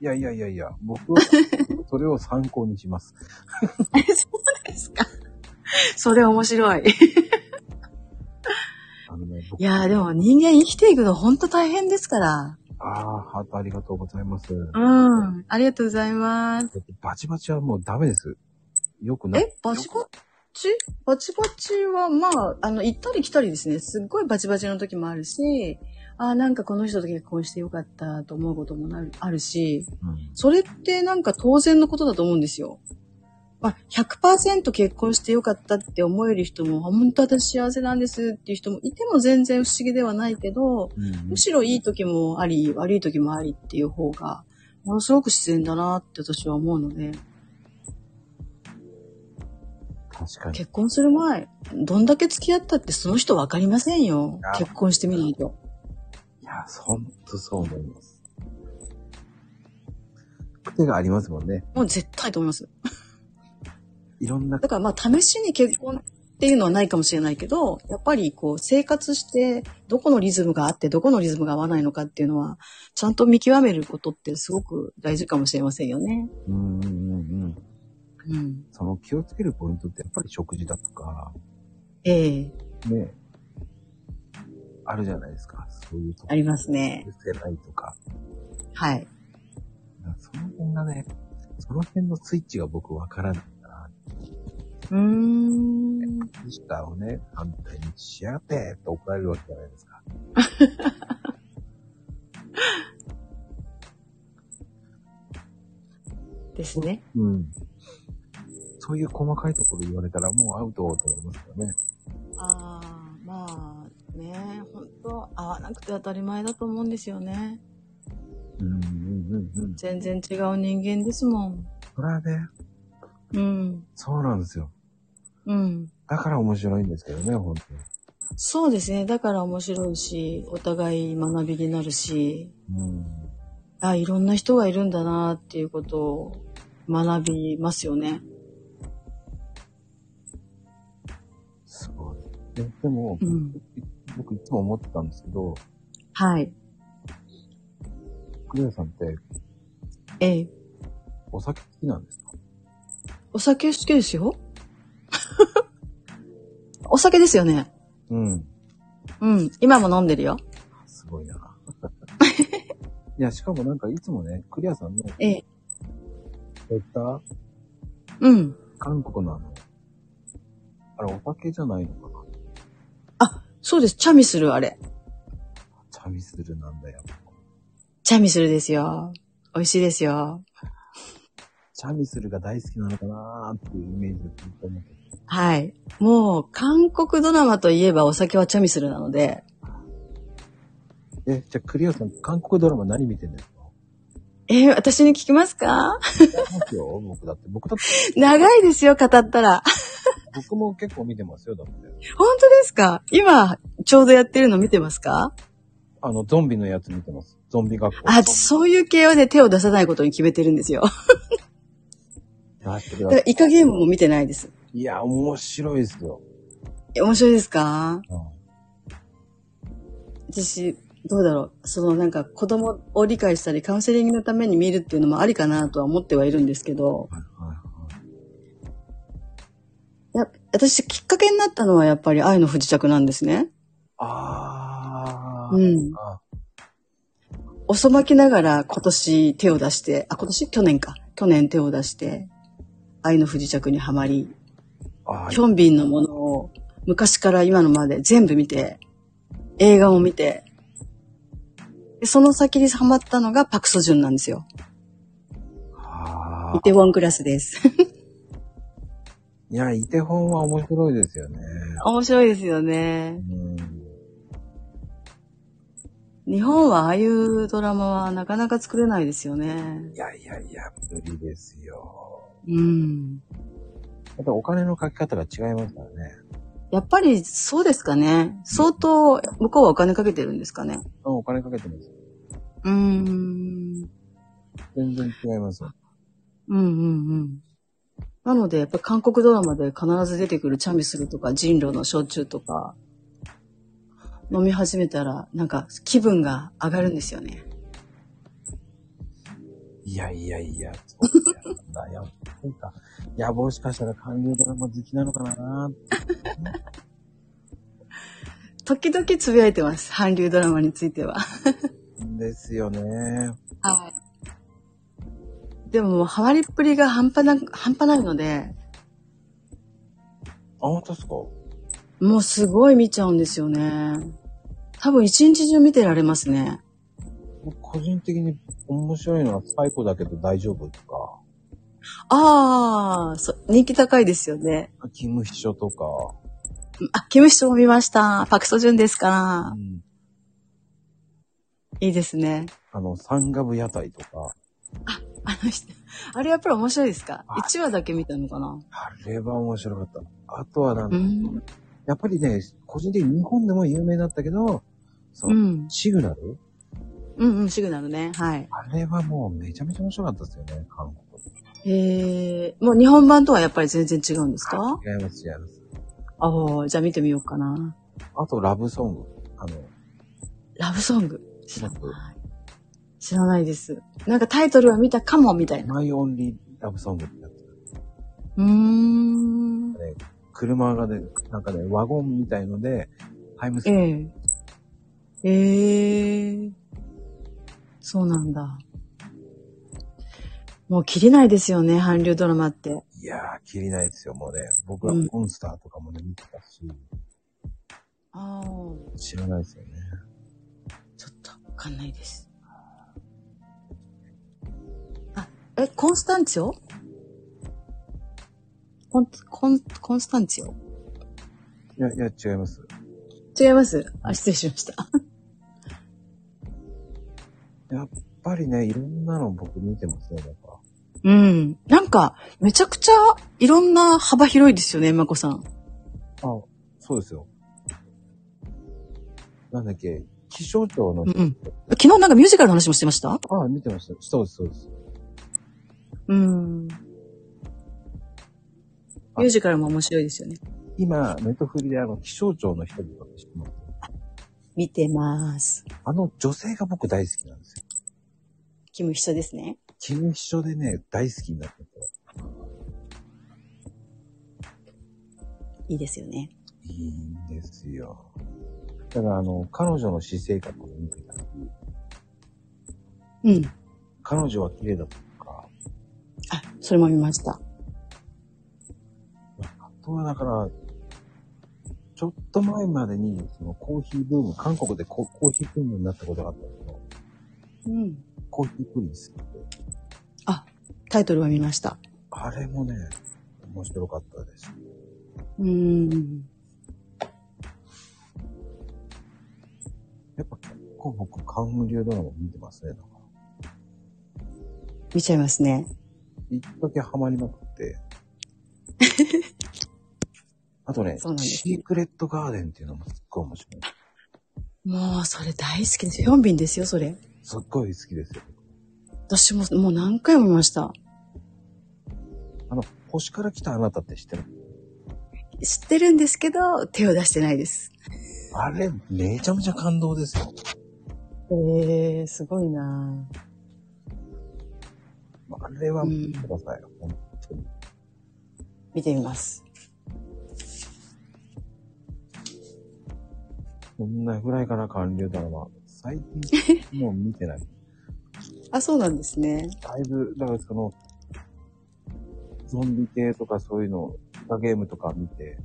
Speaker 1: やいやいやいや、僕はそれを参考にします。
Speaker 2: え、そうですか。 それ面白い。
Speaker 1: あのね、僕
Speaker 2: いやーでも人間生きていくのほんと大変ですから。
Speaker 1: ああ、ハートありがとうございます。
Speaker 2: うん。ありがとうございます。
Speaker 1: バチバチはもうダメです。よくない。
Speaker 2: え、バチバチバチバチは、まあ、あの、行ったり来たりですね。すっごいバチバチの時もあるし、あーなんかこの人と結婚してよかったと思うこともなるあるし、
Speaker 1: うん
Speaker 2: それってなんか当然のことだと思うんですよ。まあ、100%結婚してよかったって思える人も、あ本当私幸せなんですっていう人もいても全然不思議ではないけど、
Speaker 1: うん
Speaker 2: むしろいい時もあり、悪い時もありっていう方が、ものすごく自然だなって私は思うので、
Speaker 1: 確かに。
Speaker 2: 結婚する前、どんだけ付き合ったってその人わかりませんよ
Speaker 1: あ。
Speaker 2: 結婚してみないと。
Speaker 1: いや、ほんとそう思います。手がありますもんね。
Speaker 2: もう絶対と思います。
Speaker 1: いろんな
Speaker 2: だからまあ試しに結婚っていうのはないかもしれないけど、やっぱりこう生活してどこのリズムがあってどこのリズムが合わないのかっていうのは、ちゃんと見極めることってすごく大事かもしれませんよね。
Speaker 1: うんうんうんうん。
Speaker 2: うん。
Speaker 1: その気をつけるポイントってやっぱり食事だとか、
Speaker 2: ええ
Speaker 1: ね、あるじゃないですか。そういうとこ
Speaker 2: ありますね
Speaker 1: 気。をつけないとか。
Speaker 2: はい。
Speaker 1: その辺がね、その辺のスイッチが僕わからないから、
Speaker 2: うーん。
Speaker 1: ミスターをね、反対にしやがってって怒られるわけじゃないですか。
Speaker 2: ですね。
Speaker 1: うん。そういう細かいところ言われたらもうアウトと思いますよね。
Speaker 2: ああ、まあね、本当合わなくて当たり前だと思うんですよね。
Speaker 1: うんうんうんうん。
Speaker 2: 全然違う人間ですもん。
Speaker 1: それはね、
Speaker 2: うん。
Speaker 1: そうなんですよ。
Speaker 2: うん。
Speaker 1: だから面白いんですけどね、本当に。
Speaker 2: そうですね。だから面白いし、お互い学びになるし、
Speaker 1: うん。
Speaker 2: あ、いろんな人がいるんだなっていうことを学びますよね。
Speaker 1: すごい。ででも、
Speaker 2: うん。
Speaker 1: 僕いつも思ってたんですけど、
Speaker 2: はい。
Speaker 1: クリアさんって
Speaker 2: ええ。
Speaker 1: お酒好きなんですか
Speaker 2: お酒好きですよ お酒ですよね。
Speaker 1: うん。
Speaker 2: うん。今も飲んでるよ。
Speaker 1: すごいな。 いや、しかもなんかいつもね、クリアさんのこ
Speaker 2: ええ。
Speaker 1: ういった
Speaker 2: うん。
Speaker 1: 韓国のあの、あれお酒じゃないのかな
Speaker 2: あ、そうです。チャミスル、あれ。
Speaker 1: チャミスルなんだよ。
Speaker 2: チャミスルですよ。美味しいですよ。
Speaker 1: チャミスルが大好きなのかなーっていうイメージでずっと思ってて
Speaker 2: はい。もう、韓国ドラマといえばお酒はチャミスルなので、
Speaker 1: え、じゃあクリアさん、韓国ドラマ何見てんですか
Speaker 2: えー私に聞きますか
Speaker 1: 見ますよ、 僕だって。僕だって、
Speaker 2: 長いですよ、語ったら。
Speaker 1: 僕も結構見てますよ、だって。
Speaker 2: 本当ですか今、ちょうどやってるの見てますか
Speaker 1: あの、ゾンビのやつ見てます。ゾンビ学校。
Speaker 2: あ、そういう系はね、手を出さないことに決めてるんですよ。
Speaker 1: だって
Speaker 2: だからイカゲームも見てないです。
Speaker 1: いや、面白いですよ。
Speaker 2: え面白いですか
Speaker 1: うん
Speaker 2: 私、どうだろう。そのなんか子供を理解したりカウンセリングのために見るっていうのもありかなとは思ってはいるんですけど、
Speaker 1: はいはいはい
Speaker 2: や、私きっかけになったのはやっぱり愛の不時着なんですね。
Speaker 1: あー。
Speaker 2: うん。
Speaker 1: あ
Speaker 2: 遅まきながら今年手を出して、あ、今年去年か。去年手を出して、愛の不時着にはまり、
Speaker 1: あ
Speaker 2: ヒ
Speaker 1: ー
Speaker 2: ョンビンのものを昔から今のまで全部見て、映画を見て、でその先にハマったのがパクソジュンなんですよ。
Speaker 1: あ
Speaker 2: イ
Speaker 1: ー。
Speaker 2: テウォンクラスです。
Speaker 1: いや、イテホンは面白いですよね。
Speaker 2: 面白いですよね。
Speaker 1: うん。
Speaker 2: 日本はああいうドラマはなかなか作れないですよね
Speaker 1: い。やいやいや、無理ですよ。
Speaker 2: うん。
Speaker 1: やっぱお金のかけ方が違いますからね。
Speaker 2: やっぱりそうですかね。相当向こうはお金かけてるんですかね。
Speaker 1: うんお金かけてます。
Speaker 2: うーん。
Speaker 1: 全然違いますよ。
Speaker 2: うんうんうん。なので、やっぱり韓国ドラマで必ず出てくるチャミスルとか人狼の焼酎とか、飲み始めたら、なんか気分が上がるんですよね。
Speaker 1: いやいやいや、そうだよ。なんか、いや、もしかしたら韓流ドラマ好きなのかなーって
Speaker 2: 時々つぶやいてます。韓流ドラマについては。
Speaker 1: んですよね。
Speaker 2: はい。でももうハマりっぷりが半端な、半端ないので、
Speaker 1: あ、本当ですか
Speaker 2: もうすごい見ちゃうんですよね。多分一日中見てられますね。
Speaker 1: 僕個人的に面白いのはサイコだけど大丈夫とか。
Speaker 2: ああ、そ人気高いですよね。
Speaker 1: キム秘書とか、
Speaker 2: あ、キムシも見ました。パクソジュンですか
Speaker 1: う。ん、
Speaker 2: いいですね。
Speaker 1: あの、サンガブ屋台とか、
Speaker 2: あの人、あれやっぱり面白いですか
Speaker 1: はい
Speaker 2: ?1 話だけ見たのかな
Speaker 1: あれは面白かった。あとはなん
Speaker 2: う
Speaker 1: か、
Speaker 2: ん。
Speaker 1: やっぱりね、個人的に日本でも有名だったけど、そうう、
Speaker 2: ん。
Speaker 1: シグナル
Speaker 2: うんうん、シグナルね。はい。
Speaker 1: あれはもうめちゃめちゃ面白かったですよね、韓国。
Speaker 2: えー、もう日本版とはやっぱり全然違うんですか
Speaker 1: 違います、違います。
Speaker 2: ああ、じゃあ見てみようかな。
Speaker 1: あと、ラブソング。あの、
Speaker 2: ラブソング。
Speaker 1: 知らない
Speaker 2: 知らないです。なんかタイトルは見たかも、みたいな。
Speaker 1: マイオンリーラブソングってやつ。
Speaker 2: うーん。
Speaker 1: 車がね、なんかね、ワゴンみたいので、タイムス
Speaker 2: ええええそうなんだ。もう切れないですよね、韓流ドラマって。
Speaker 1: いやー、切りないですよ、もうね。僕は
Speaker 2: うん
Speaker 1: コンスターとかもね、見てたし、
Speaker 2: ああ。
Speaker 1: 知らないですよね。
Speaker 2: ちょっとわかんないです。あ、え、コンスタンツィオコン、コン、コンスタンツィオ
Speaker 1: いや、いや、違います。
Speaker 2: 違いますあ、失礼しました。
Speaker 1: やっぱりね、いろんなの僕見てますね、なんか。
Speaker 2: うん。なんか、めちゃくちゃいろんな幅広いですよね、まこさん。
Speaker 1: あ、そうですよ。なんだっけ、気象庁の
Speaker 2: うん、うん。昨日なんかミュージカルの話もしてました
Speaker 1: ああ、見てました。そうです、そうです。
Speaker 2: うん。ミュージカルも面白いですよね。
Speaker 1: 今、ネットフリであの、気象庁の人に私も、
Speaker 2: 見てます。
Speaker 1: あの女性が僕大好きなんですよ。
Speaker 2: キム秘書ですね。
Speaker 1: キム秘書でね、大好きになってて。
Speaker 2: いいですよね。
Speaker 1: いいんですよ。ただ、あの、彼女の私生活を見てたら、
Speaker 2: うん。
Speaker 1: 彼女は綺麗だとか、
Speaker 2: あ、それも見まし
Speaker 1: あ
Speaker 2: た。
Speaker 1: とはだから、ちょっと前までに、そのコーヒーブーム、韓国でココーヒーブームになったことがあったんですけど、
Speaker 2: うん。
Speaker 1: コーヒープリンスって、
Speaker 2: タイトルは見ました。
Speaker 1: あれもね、面白かったです。
Speaker 2: うん。
Speaker 1: やっぱ結構僕、韓流ドラマ見てますね、だから。
Speaker 2: 見ちゃいますね。
Speaker 1: 一時ハマりまく って。あとね、
Speaker 2: そうなんです
Speaker 1: シークレットガーデンっていうのもすっごい面白い。
Speaker 2: もう、それ大好きです。ヒョンビンですよ、それ。
Speaker 1: すっごい好きですよ。
Speaker 2: 私も、もう何回も見ました。
Speaker 1: あの、星から来たあなたって知ってる
Speaker 2: 知ってるんですけど、手を出してないです。
Speaker 1: あれ、めちゃめちゃ感動ですよ。
Speaker 2: ええすごいな
Speaker 1: あれは見てください。本当に。
Speaker 2: 見てみます。
Speaker 1: こんなぐらいかな、韓流ドラマ。最近、もう見 てない。
Speaker 2: あ、そうなんですね。
Speaker 1: だいぶ、だからその、ゾンビ系とかそういうの、イカゲームとか見て、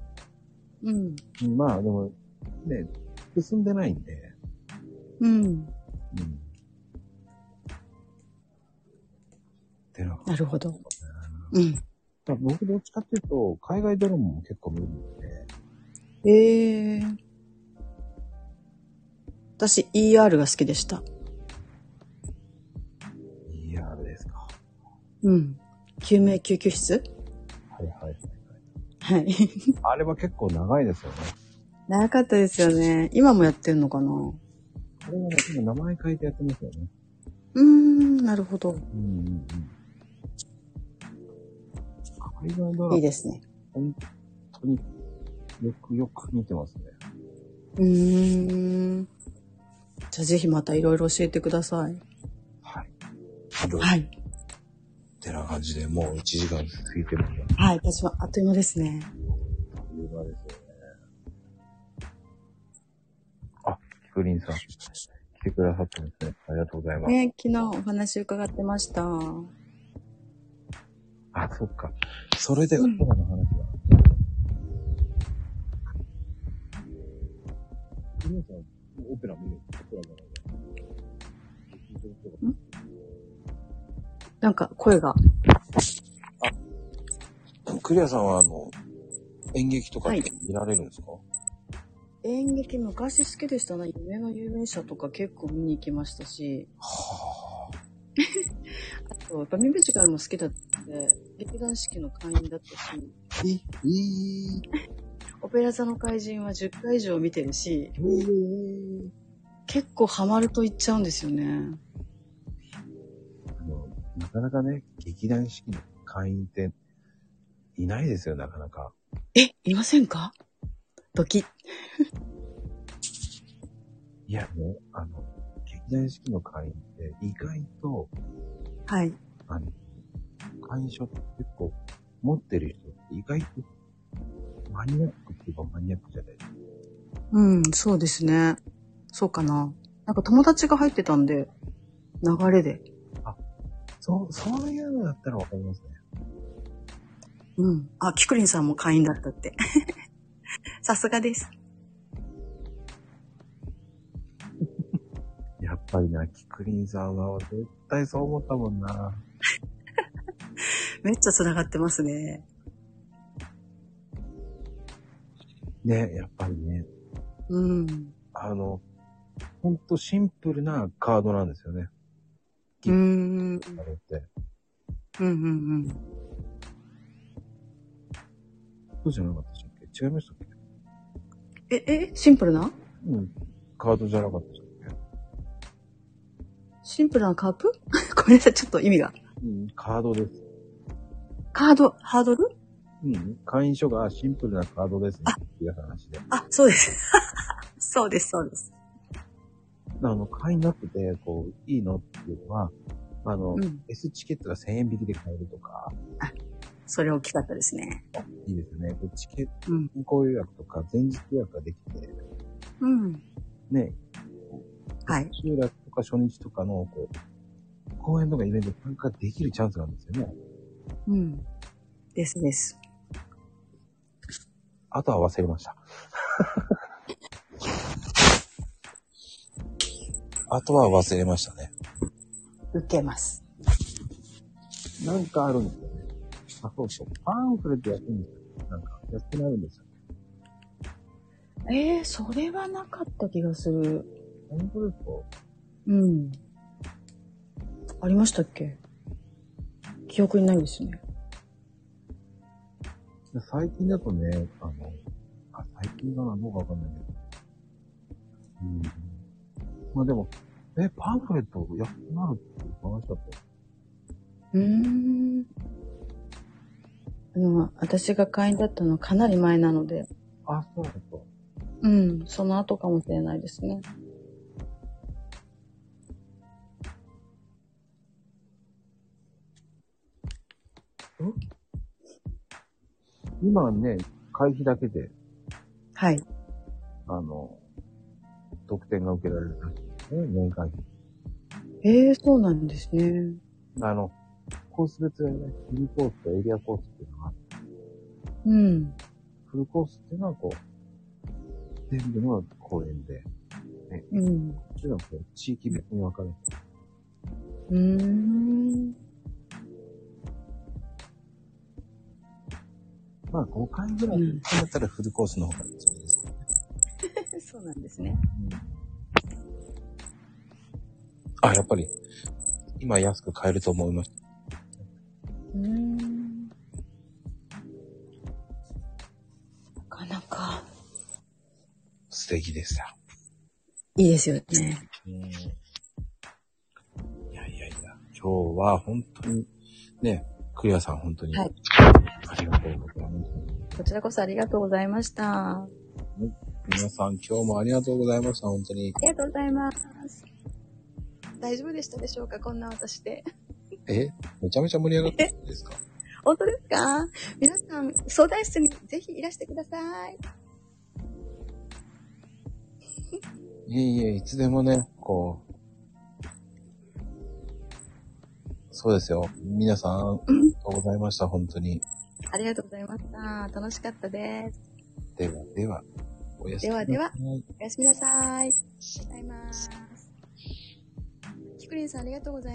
Speaker 2: うん。
Speaker 1: まあでも、ね、進んでないんで、
Speaker 2: う
Speaker 1: う
Speaker 2: ん。
Speaker 1: ん。てな
Speaker 2: なるほど。うん。
Speaker 1: まあ僕どっちかっていうと、海外ドラマも結構見るんで、
Speaker 2: ええ私、ER が好きでした。
Speaker 1: ER ですか。
Speaker 2: うん。救命救急室
Speaker 1: はいはいはい。
Speaker 2: はい。
Speaker 1: あれは結構長いですよね。
Speaker 2: 長かったですよね。今もやってんのかなう
Speaker 1: あれはね、今名前変えてやってますよね。
Speaker 2: ーん、なるほど。
Speaker 1: うんうんうん。海外ドラ
Speaker 2: い
Speaker 1: マ、
Speaker 2: いですね。
Speaker 1: 本当によくよく見てますね。
Speaker 2: うーん。じゃあぜひまたいろいろ教えてください。
Speaker 1: はい。あと
Speaker 2: はい。
Speaker 1: てな感じで、もう1時間過ぎてるんだ。
Speaker 2: はい、私はあっという間ですね。
Speaker 1: いう場ですよね。あ、プリンさん、来てくださったんですね。ありがとうございます。
Speaker 2: ね、昨日お話伺ってました。
Speaker 1: あ、そっか。それで、
Speaker 2: うん
Speaker 1: コロナの話が。プリンさん、オペラ見るオペラじゃない
Speaker 2: なんか声が。
Speaker 1: か。クリアさんは、あの、演劇とかって
Speaker 2: は
Speaker 1: 見られるんですか、
Speaker 2: 演劇昔好きでしたね。夢の遊園者とか結構見に行きましたし。 あと、やっぱミュージカルも好きだったので、劇団四季の会員だったし、
Speaker 1: え、いい、
Speaker 2: オペラ座の怪人は10回以上見てるし、
Speaker 1: えー、
Speaker 2: 結構ハマると言っちゃうんですよね。
Speaker 1: あの、なかなかね、劇団四季の会員って、いないですよ、なかなか。
Speaker 2: え、いませんかドキッ。
Speaker 1: いやね、あの、劇団四季の会員って意外と、
Speaker 2: はい。
Speaker 1: あの、会員証って結構持ってる人って意外とマニアックっていうかマニアックじゃないですか。
Speaker 2: うん、そうですね。そうかな。なんか友達が入ってたんで、流れで。
Speaker 1: そう、そういうのだったらわかりますね。
Speaker 2: うん。あ、キクリンさんも会員だったって。 さすがです。
Speaker 1: やっぱりな、キクリンさんは絶対そう思ったもんな。
Speaker 2: めっちゃ繋がってますね。
Speaker 1: ね、やっぱりね、
Speaker 2: うん。
Speaker 1: あの、ほんとシンプルなカードなんですよね、
Speaker 2: うーん。
Speaker 1: あれって。
Speaker 2: うんうんうん。
Speaker 1: そうじゃなかったでしたっけ違いましたっけ
Speaker 2: え、え、シンプルな
Speaker 1: うん。カードじゃなかったですよね。
Speaker 2: シンプルなカープ ごめんなさい、ちょっと意味が。
Speaker 1: うん、カードです。
Speaker 2: カード、ハードル
Speaker 1: うん、会員証がシンプルなカードですね。っていう話で。
Speaker 2: あ、そうです。 そうです、そうです。
Speaker 1: あの、会員になってて、こう、いいのっていうのは、あの、
Speaker 2: うん。
Speaker 1: S チケットが1000円引きで買えるとか、
Speaker 2: それ大きかったですね。
Speaker 1: いいですよね。こうチケット
Speaker 2: うん。
Speaker 1: 変更予約とか、前日予約ができて、
Speaker 2: うん。
Speaker 1: ね、
Speaker 2: はい。
Speaker 1: 集落とか初日とかの、こう、公演とかイベントに参加できるチャンスなんですよね。
Speaker 2: うん。ですです。
Speaker 1: あとは忘れました。 あとは忘れましたね。
Speaker 2: 受けます。
Speaker 1: なんかあるんですよね。あ、そうそう。パンフレットやってるんですよ。なんか、やってなるんですよ。
Speaker 2: ええそれはなかった気がする。
Speaker 1: パンフレット
Speaker 2: うん。ありましたっけ記憶にないですね。
Speaker 1: で最近だとね、あの、あ、最近がなのかわかんないけど。うん。まあでも、え、パンフレットやってなるっていう話だった。
Speaker 2: うーん。あの、私が会員だったのはかなり前なので、
Speaker 1: あ、そうだった。
Speaker 2: うん、その後かもしれないですね。
Speaker 1: 今はね、会費だけで、
Speaker 2: はい。
Speaker 1: あの、特典が受けられるらしいですね、年会費。
Speaker 2: ええそうなんですね。
Speaker 1: あの、コース別でね、フルコースとエリアコースっていうのがあって、
Speaker 2: うん。
Speaker 1: フルコースっていうのはこう、全部の公園で、
Speaker 2: うん。う
Speaker 1: もちろんこう地域別に分かれて、
Speaker 2: ーん。
Speaker 1: まあ5回ぐらい
Speaker 2: うん
Speaker 1: だったらフルコースの方がいいそうですけどね。
Speaker 2: そうなんですね。
Speaker 1: あ、やっぱり、今安く買えると思いました。
Speaker 2: うーん。なかなか、
Speaker 1: 素敵でした。
Speaker 2: いいですよね。
Speaker 1: うんいやいやいや、今日は本当に、ね、クリアさん本当に、
Speaker 2: はい
Speaker 1: ありがとうございます。
Speaker 2: こちらこそありがとうございました。あ
Speaker 1: 皆さん今日もありがとうございました、本当に。
Speaker 2: りがとうございます。大丈夫でしたでしょうかこんな私で。
Speaker 1: えめちゃめちゃ盛り上がったんですか
Speaker 2: 本当ですか皆さん、相談室にぜひいらしてください。
Speaker 1: いえいえ、いつでもね、こう、そうですよ。皆さん、ありがとうございました、本当に。
Speaker 2: ありがとうございました。楽しかったです。
Speaker 1: では、では、おやすみなさい。
Speaker 2: ではおやすみなさい。ありがとうございます。キクリンさんありがとうございます。